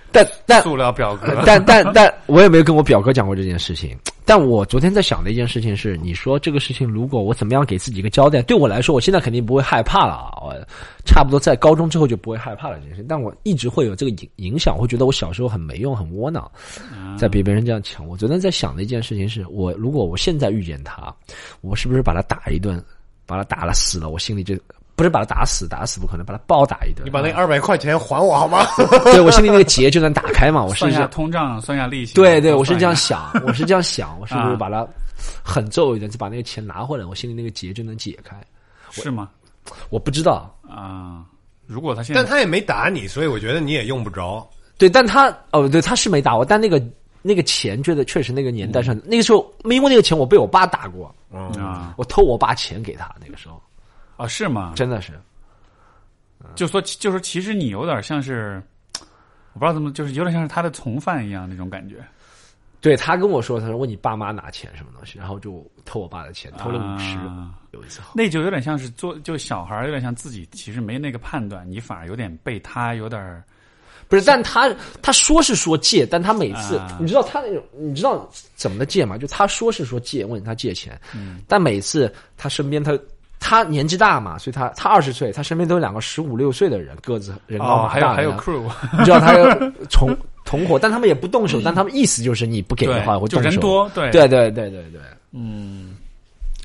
C: 但但
A: 塑料表 格，
C: 但但但我也没有跟我表哥讲过这件事情。但我昨天在想的一件事情是，你说这个事情如果我怎么样给自己一个交代，对我来说，我现在肯定不会害怕了啊。我差不多在高中之后就不会害怕了这件事，但我一直会有这个影影响，我会觉得我小时候很没用、很窝囊，在被别人这样抢。我昨天在想的一件事情是，我如果我现在遇见他，我是不是把他打一顿，把他打了死了，我心里就不是把他打死，打死不可能，把他暴打一顿。
B: 你把那二百块钱还我好吗？
C: 对我心里那个结就能打开 嘛，我是
A: 算
C: 这
A: 一下
C: 样。
A: 通胀，算一下利息。
C: 对对，我是
A: 算一
C: 这
A: 下
C: 样想，我是这样想，我是不是
A: 啊
C: 把它狠揍一顿，再把那个钱拿回来，我心里那个结就能解开？
A: 是吗？
C: 我不知道，
A: 啊，如果他现在
B: 但他也没打你，所以我觉得你也用不着。
C: 对，但他哦，对，他是没打我，但那个那个钱，觉得确实那个年代上，那个时候因为那个钱，我被我爸打过，
B: 嗯，
A: 啊
C: 我偷我爸钱给他，那个时候
A: 啊是吗？
C: 真的是，
A: 就说就说，其实你有点像是，我不知道怎么，就是有点像是他的从犯一样那种感觉。
C: 对他跟我说，他说问你爸妈拿钱什么东西，然后就偷我爸的钱，偷了五十、
A: 啊
C: 有一次。
A: 那就有点像是做，就小孩儿有点像自己其实没那个判断，你反而有点被他有点儿
C: 不是，但他他说是说借，但他每次、
A: 啊
C: 你知道他那种你知道怎么的借吗？就他说是说借，问他借钱，
A: 嗯
C: 但每次他身边他他年纪大嘛，所以他他二十岁，他身边都有两个十五六岁的人，个子人高
A: 哦，
C: 马
A: 还有
C: 大
A: 还
C: 的
A: 有
C: 人
A: crew，
C: 你知道他有同同伙，但他们也不动手，但他们意思就是你不给的话会
A: 就
C: 动手，
A: 人多，对
C: 对对对对对，
A: 嗯，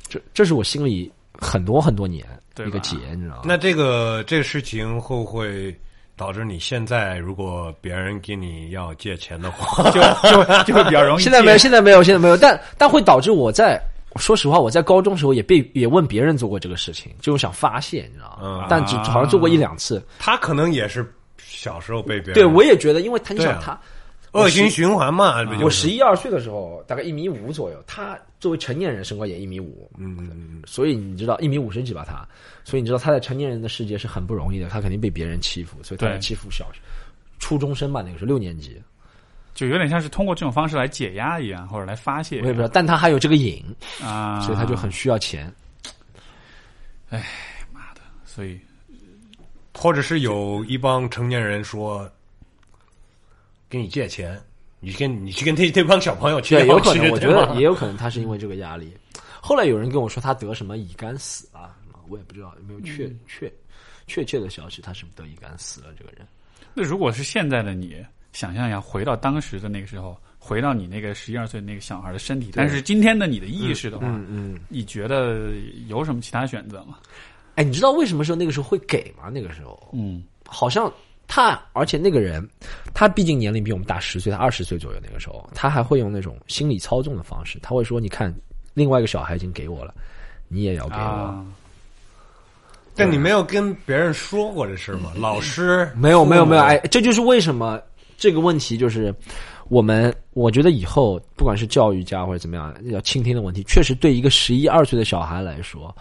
C: 这这是我心里很多很多年
A: 对
C: 一个
A: 吧
C: 结，你知道吗？
B: 那这个这个事情会不会导致你现在如果别人给你要借钱的话，
A: 就就就比较
B: 哦
A: 容易。
C: 现在没有，，现在没有，现在没有，但但会导致我在。说实话，我在高中时候也被也问别人做过这个事情，就是想发泄，你知道吗
B: 嗯？啊
C: 但只好像做过一两次。
B: 他可能也是小时候被别人
C: 对，我也觉得，因为他你
B: 对啊
C: 想他，
B: 恶性循环嘛，不就
C: 我
B: 是
C: 十一二岁的时候，大概一米五左右，他作为成年人身高也一米五，
B: 嗯嗯嗯
C: 所以你知道一米五十几吧他，所以你知道他在成年人的世界是很不容易的，他肯定被别人欺负，所以他
A: 对
C: 在欺负小初中生吧，那个时候六年级，
A: 就有点像是通过这种方式来解压一样，或者来发泄一
C: 我
A: 样。
C: 也不知道，但他还有这个瘾，
A: 啊，
C: 所以他就很需要钱。
A: 所以
B: 或者是有一帮成年人说给你借钱，你跟你去跟那那帮小朋友去
C: 对，有
B: 聊去，
C: 可能，我觉
B: 对
C: 得
B: 吗
C: 也有可能他是因为这个压力。后来有人跟我说他得什么乙肝死了，什么我也不知道有没有确、确确切的消息，他是不是得乙肝死了这个人。
A: 那如果是现在的你，想象一下，回到当时的那个时候，回到你那个十一二岁那个小孩的身体，但是今天的你的意识的话，
C: 嗯，
A: 你觉得有什么其他选择吗？
C: 哎，你知道为什么说那个时候会给吗？那个时候
A: 嗯，
C: 好像他，而且那个人他毕竟年龄比我们大十岁，他二十岁左右那个时候，他还会用那种心理操纵的方式，他会说：“你看，另外一个小孩已经给我了，你也要给我。
A: 啊，
B: 但你没有跟别人说过这事吗？老师
C: 没有没有没有，
B: 父母
C: 哎，这就是为什么这个问题就是我们，我觉得以后不管是教育家或者怎么样，要倾听的问题，确实对一个十一二岁的小孩来说，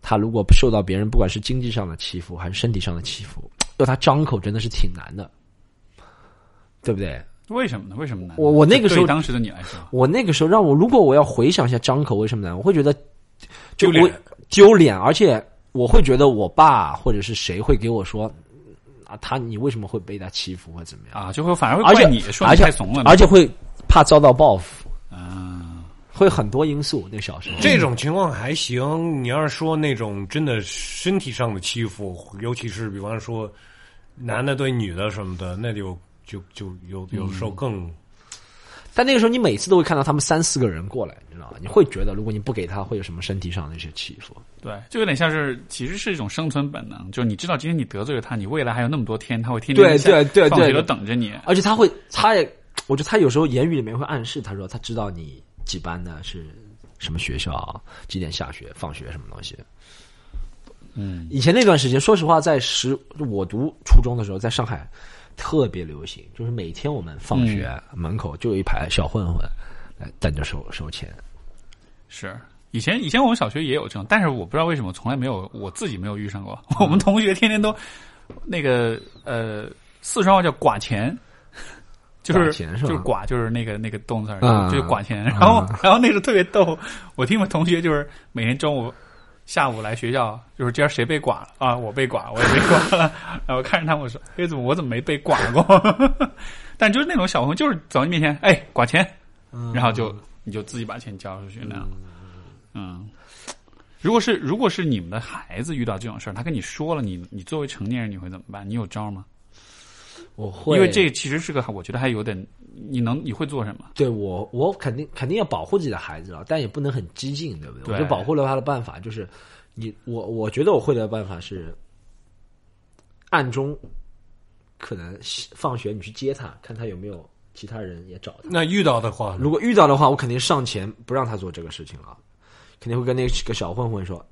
C: 他如果受到别人不管是经济上的欺负还是身体上的欺负，要他张口真的是挺难的，对不对？
A: 为什么呢？为什么呢？
C: 我我那个时候
A: 对当时的你来说，
C: 我那个时候让我如果我要回想一下张口为什么难，我会觉得
B: 丢
C: 就
B: 脸
C: 我丢脸，而且我会觉得我爸或者是谁会给我说。啊，他你为什么会被他欺负或怎么样？
A: 啊，就会反而会
C: 而且
A: 怪你说
C: 而
A: 你
C: 且
A: 太怂了，
C: 而且会怕遭到报复，
A: 啊，
C: 会很多因素。那小时候，
B: 这种情况还行，你要是说那种真的身体上的欺负，尤其是比方说
C: 嗯
B: 男的对女的什么的，那就就就有有时候更
C: 但那个时候你每次都会看到他们三四个人过来，你知道吗？你会觉得如果你不给他，会有什么身体上的一些起伏。
A: 对，就有点像是，其实是一种生存本能，就是你知道今天你得罪了他，你未来还有那么多天，他会天天
C: 对
A: 下
C: 对对
A: 放学
C: 对
A: 了等着你。
C: 而且他会，他也，我觉得他有时候言语里面会暗示，他说他知道你几班的是什么学校，几点下学、放学什么东西。
A: 嗯，
C: 以前那段时间，说实话，在十我读初中的时候，在上海特别流行，就是每天我们放学、门口就有一排小混混来在那收收钱。
A: 是。以前以前我们小学也有这种，但是我不知道为什么从来没有我自己没有遇上过。
C: 嗯
A: 我们同学天天都那个呃，四川话叫“寡钱”，就是
C: 寡钱是
A: 就
C: 吧
A: 是“寡”，就是那个那个动词儿，
C: 啊
A: 就是寡钱。然后 然后那时候特别逗，我听我同学就是每天中午。下午来学校，就是今儿谁被剐了啊？我被剐，我也被剐了。 然后看着他们，我说：“哎，怎么我怎么没被剐过？” 但就是那种小朋友，就是走到你面前，哎，剐钱，
C: 嗯
A: 然后就你就自己把钱交出去那样。嗯，如果是如果是你们的孩子遇到这种事儿，他跟你说了，你你作为成年人你会怎么办？你有招吗？
C: 我会，
A: 因为这其实是个，我觉得还有点，你能你会做什么？
C: 对我，我肯定肯定要保护自己的孩子了，啊但也不能很激进，对不对？
A: 对
C: 我觉得保护了他的办法就是，你我我觉得我会的办法是，暗中可能放学你去接他，看他有没有其他人也找他。
B: 那遇到的话，
C: 如果遇到的话，我肯定上前不让他做这个事情了，肯定会跟那个小混混说：“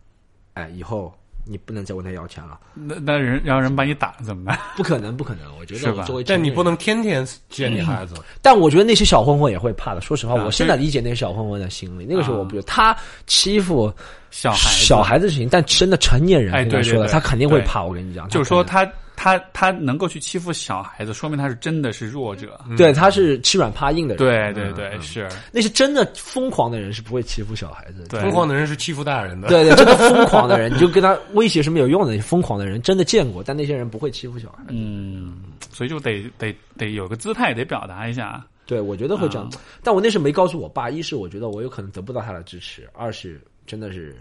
C: 哎，以后你不能再问他要钱了。
A: 那那人让人把你打了怎么办？”
C: 不可能，不可能！我觉
A: 是
C: 得
A: 吧
C: 我作为成
B: 但你
C: 年人
B: 不能天天见你孩子，
C: 但我觉得那些小混混也会怕的。说实话，
A: 啊
C: 我现在理解那些小混混的心理。那个时候
A: 啊
C: 我不觉得他欺负
A: 小孩子
C: 小孩子行，但真的成年人
A: 哎
C: 跟他
A: 对对
C: 说的，
A: 对
C: 他肯定会
A: 对
C: 怕。我跟你讲，
A: 就是说
C: 他
A: 他他他能够去欺负小孩子，说明他是真的是弱者。
C: 肯定对他是欺软怕硬的人。
A: 对对
C: 嗯
A: 对，，
C: 嗯
A: 是
C: 那些真的疯狂的人是不会欺负小孩子的。
A: 对
B: 疯狂的人是欺负大人的。
C: 对对，真的疯狂的人，你就跟他威胁是没有用的。疯狂的人真的见过，但那些人不会欺负小孩。
A: 嗯，所以就得得得有个姿态，得表达一下。啊
C: 对，我觉得会这样。但我那时候没告诉我爸，一是我觉得我有可能得不到他的支持，二是真的是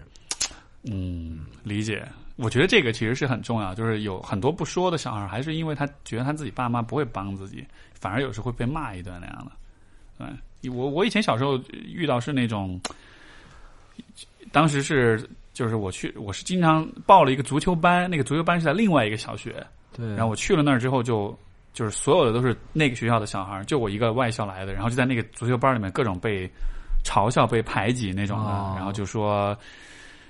A: 嗯，理解。我觉得这个其实是很重要，就是有很多不说的小孩，还是因为他觉得他自己爸妈不会帮自己，反而有时候会被骂一顿那样的。对，我我以前小时候遇到是那种，呃当时是就是我去，我是经常报了一个足球班，那个足球班是在另外一个小学，
C: 对。
A: 然后我去了那儿之后就，就是所有的都是那个学校的小孩儿，就我一个外校来的，然后就在那个足球班里面各种被嘲笑、被排挤那种的，
C: 哦
A: 然后就说，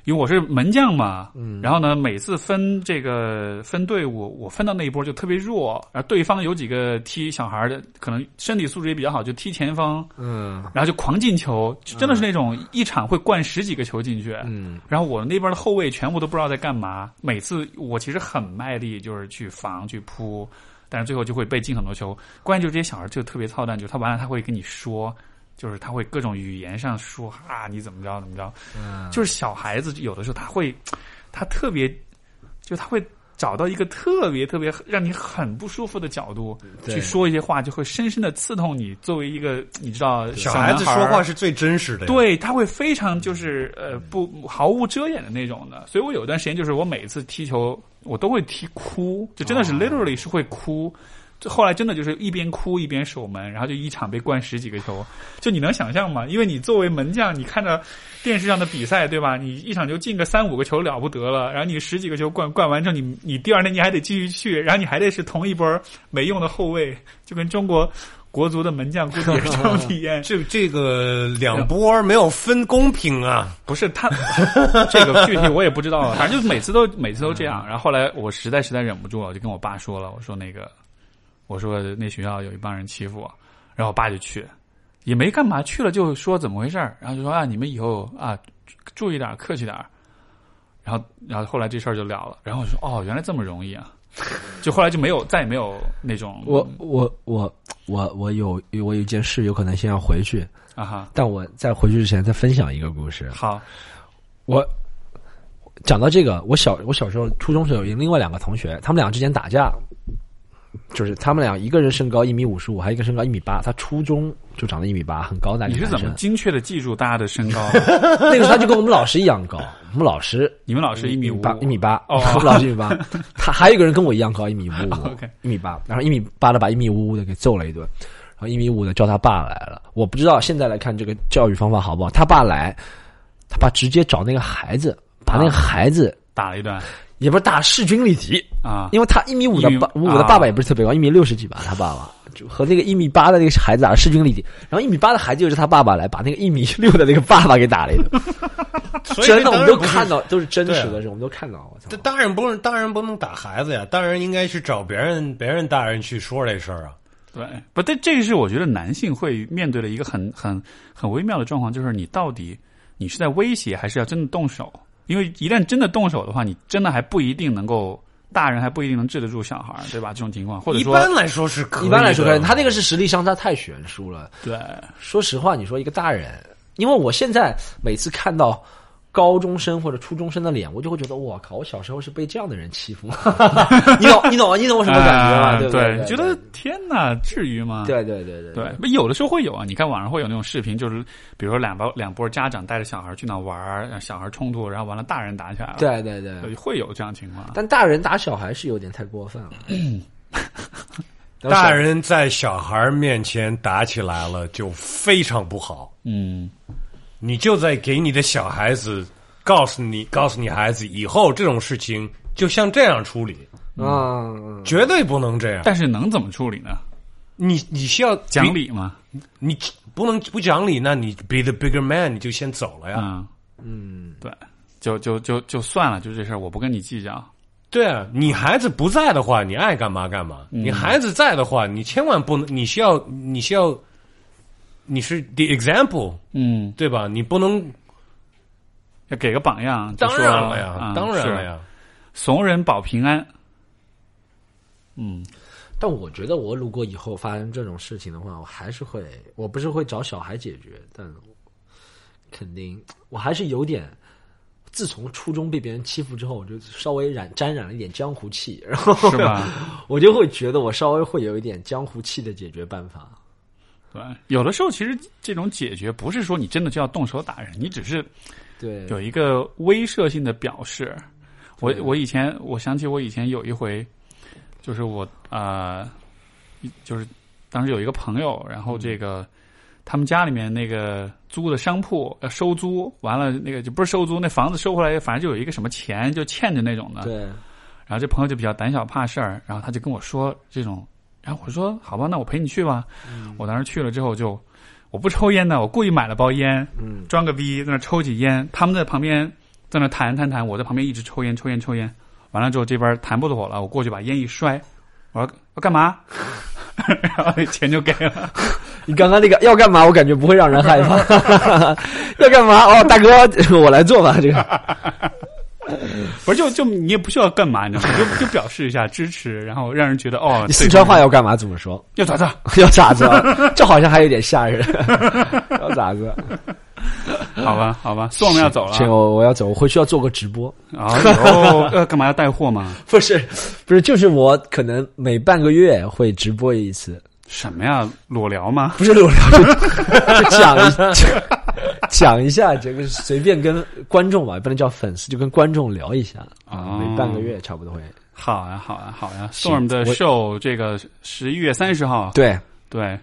A: 因为我是门将嘛，
C: 嗯
A: 然后呢，每次分这个分队伍，我分到那一波就特别弱，而对方有几个踢小孩儿的，可能身体素质也比较好，就踢前锋，
C: 嗯
A: 然后就狂进球，就真的是那种一场会灌十几个球进去，
C: 嗯
A: 然后我那边的后卫全部都不知道在干嘛，每次我其实很卖力，就是去防去扑，但是最后就会被进很多球。关键就是这些小孩就特别操蛋，就是他完了他会跟你说，就是他会各种语言上说啊你怎么着怎么着，
C: 嗯，
A: 就是小孩子有的时候他会，他特别，就他会找到一个特别特别让你很不舒服的角度
C: 对
A: 去说一些话，就会深深的刺痛你。作为一个你知道
B: 小
A: 男
B: 孩子说
A: 儿
B: 话是最真实的呀。
A: 对，他会非常就是呃不毫无遮掩的那种的，所以我有段时间就是我每次踢球我都会踢哭，就真的是
B: 啊
A: literally 是会哭。就后来真的就是一边哭一边守门，然后就一场被灌十几个球，就你能想象吗？因为你作为门将，你看着电视上的比赛，对吧？你一场就进个三五个球了不得了，然后你十几个球灌灌完之后，你你第二天你还得继续去，然后你还得是同一波没用的后卫，就跟中国国足的门将估计也是这种体验。
B: 这这个两波没有分公平啊！
A: 不是他， 这个具体我也不知道了，反正就是每次都每次都这样。然后后来我实在实在忍不住了，我就跟我爸说了，我说那个，我说那学校有一帮人欺负我，啊然后我爸就去，也没干嘛，去了就说怎么回事儿，然后就说啊，你们以后啊注意点儿，客气点儿。然后，然后后来这事儿就了了。然后我说哦，原来这么容易 啊！就后来就没有再也没有那种
C: 我我我我我有我有一件事有可能先要回去，
A: 啊哈
C: 但我在回去之前再分享一个故事。
A: 好
C: 我讲到这个，我小我小时候初中时候有另外两个同学，他们俩之间打架，就是他们俩一个人身高一米五十五，还有一个身高一米八，他初中就长到一米八，很高的一
A: 你
C: 个
A: 是
C: 男
A: 怎么
C: 生。
A: 精确的记住大家的身 高？
C: 那个时候他就跟我们老师一样高，我们老师
A: 你们老师一米五
C: 八，一米八，
A: 哦
C: 我们 老师一米 八，他还有一个人跟我一样高，一米五五
A: OK，
C: 一米八，然后一米八的把一米五五的给揍了一顿，然后一米五的叫他爸来了。我不知道现在来看这个教育方法好不好。他爸来，他爸直接找那个孩子，把那个孩子、
A: 打了一段
C: 也不是打势均力敌，
A: 啊，
C: 因为他一米五
A: 一
C: 的
A: 米
C: 爸，
A: 五啊
C: 五的爸爸也不是特别高，一米六十几吧，他爸爸就和那个一米八的那个孩子打得势均力敌。然后一米八的孩子又是他爸爸来把那个一米六的那个爸爸给打了一 顿，
D: 所以
C: 真的
D: 当
C: 我
D: 然
C: 们都
D: 不是
C: 看。到，都是真
A: 啊
C: 实
D: 对
C: 的，是我们都看到。我操
D: 这！
C: 但
D: 当
B: 当然不是，当然不能打孩子呀，当然应该去找别人别人大人去说这事儿啊。
A: 对，不，但这个是我觉得男性会面对的一个很很很微妙的状况，就是你到底你是在威胁，还是要真的动手？因为一旦真的动手的话，你真的还不一定能够，大人还不一定能治得住小孩儿，对吧？这种情况，或者
B: 一
A: 说，
B: 般来说是可以
C: 一
B: 的
C: 般来说，他那个是实力相差太悬殊了。
A: 对，
C: 说实话，你说一个大人，因为我现在每次看到高中生或者初中生的脸，我就会觉得，我靠，我小时候是被这样的人欺负。 你懂，你懂，你懂我什么感觉吗？
A: 啊
C: 对不对？
A: 对，觉得天哪，至于吗？
C: 对对对对
A: 对，不有的时候会有啊。你看网上会有那种视频，就是比如说两波两波家长带着小孩去那玩儿，然后小孩冲突，然后完了大人打起来了。
C: 对对对
A: 对，会有这样情况。
C: 但大人打小孩是有点太过分了。然后小
B: 大人在小孩面前打起来了，就非常不好。
A: 嗯，
B: 你就在给你的小孩子告诉你，告诉你孩子以后这种事情就像这样处理，
C: 啊，嗯
B: 绝对不能这样。
A: 但是能怎么处理呢？
B: 你你需要
A: 讲，理吗？
B: 你你不能不讲理，那你 be the bigger man，你就先走了呀。
A: 嗯嗯，对，就就就就算了，就这事儿我不跟你计较。
B: 对啊，你孩子不在的话，你爱干嘛干嘛；
A: 嗯
B: 你孩子在的话，你千万不能，你需要，你需要，你是 the example，
A: 嗯，
B: 对吧？你不能，
A: 要给个榜样。就
B: 当
A: 说
B: 然
A: 啊
B: 了嗯呀，当然了，呀。
A: 是怂人保平 安。嗯，
C: 但我觉得我如果以后发生这种事情的话，我还是会，我不是会找小孩解决，但我肯定我还是有点。自从初中被别人欺负之后，我就稍微染沾染了一点江湖气，然后
A: 是吧？
C: 我就会觉得我稍微会有一点江湖气的解决办法。
A: 对，有的时候其实这种解决不是说你真的就要动手打人，你只是
C: 对，
A: 有一个威慑性的表示。我我以前我想起我以前有一回，就是我啊、呃就是当时有一个朋友，然后这个他们家里面那个租的商铺要收租，完了那个就不是收租，那房子收回来，反正就有一个什么钱就欠着那种的。
C: 对，
A: 然后这朋友就比较胆小怕事儿，然后他就跟我说这种，然后我说好吧，那我陪你去吧。我当时去了之后就，我不抽烟的，我故意买了包烟，
C: 嗯
A: 装个逼在那抽起烟，他们在旁边在那谈谈谈，我在旁边一直抽烟抽烟抽烟，完了之后这边谈不妥了，我过去把烟一摔，我说要干嘛？ 然后钱就给了，
C: 你刚刚那个要干嘛？我感觉不会让 人害怕。要干嘛？哦，大哥，我来做吧。这
A: 啊
C: 个，
A: 不是就就你也不需要干嘛，你知道吗？就就表示一下支持，然后让人觉得哦，
C: 你
A: 对
C: 四川话要干嘛？怎么说？
A: 要咋咋，
C: 要咋子啊？这好像还有点吓 人。要咋子？
A: 好吧好吧，送了要走了
C: 行，我我要走，我回去要做个直播。
A: 啊，哦，呃，干嘛要带货吗？
C: 不是，不是，就是我可能每半个月会直播一次，
A: 什么呀？裸聊吗？
C: 不是裸聊，就就讲一讲讲一下这个，随便跟观众吧，不能叫粉丝，就跟观众聊一下啊，
A: 哦
C: 每半个月差不多会。
A: 好呀，好呀，好啊呀！Storm 的
C: 我
A: show 这个十一月三十号，
C: 对，
A: 对，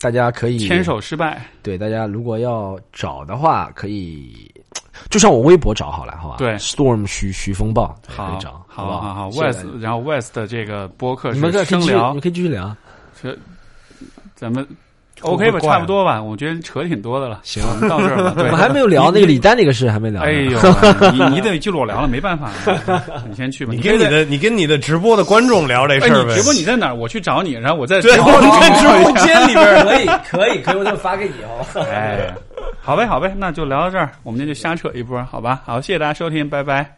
C: 大家可以
A: 牵手失败，
C: 对，大家如果要找的话，可以就上我微博找好了，好吧？
A: 对
C: ，Storm 徐徐风暴对可
A: 好
C: 以找，，
A: 好
C: 不
A: 好
C: 好
A: 好
C: 谢谢
A: ，West，
C: 大家
A: 然后 West 的这个播客
C: 你们可
A: 是
C: 以继
A: 生
C: 续，
A: 聊
C: 你，可以继续聊。
A: 是咱们
B: 会
A: OK 吧？
B: 怪啊
A: 差不多吧？我觉得扯挺多的了，
C: 行
A: 我们到这儿 吧。
C: 我
A: 对，
C: 们还没 有聊那个李丹那个事，还没聊呢。
A: 哎 呦，你你得去裸聊了，没办法，你先去吧。
B: 你
A: 可以
B: 跟你
A: 在
B: 的你跟你的直播的观众聊这
A: 哎，
B: 事儿
A: 你
B: 呗。
A: 直播你在哪儿？我去找你，然后我再
B: 对，
A: 直
B: 我
A: 播
B: 们在直播间里边儿。
C: 可以，可以，可以，我就发给你，哦好吧？
A: 哎，好呗，好呗，那就聊到这儿，我们今天就瞎扯一波，好吧？好，谢谢大家收听，拜拜。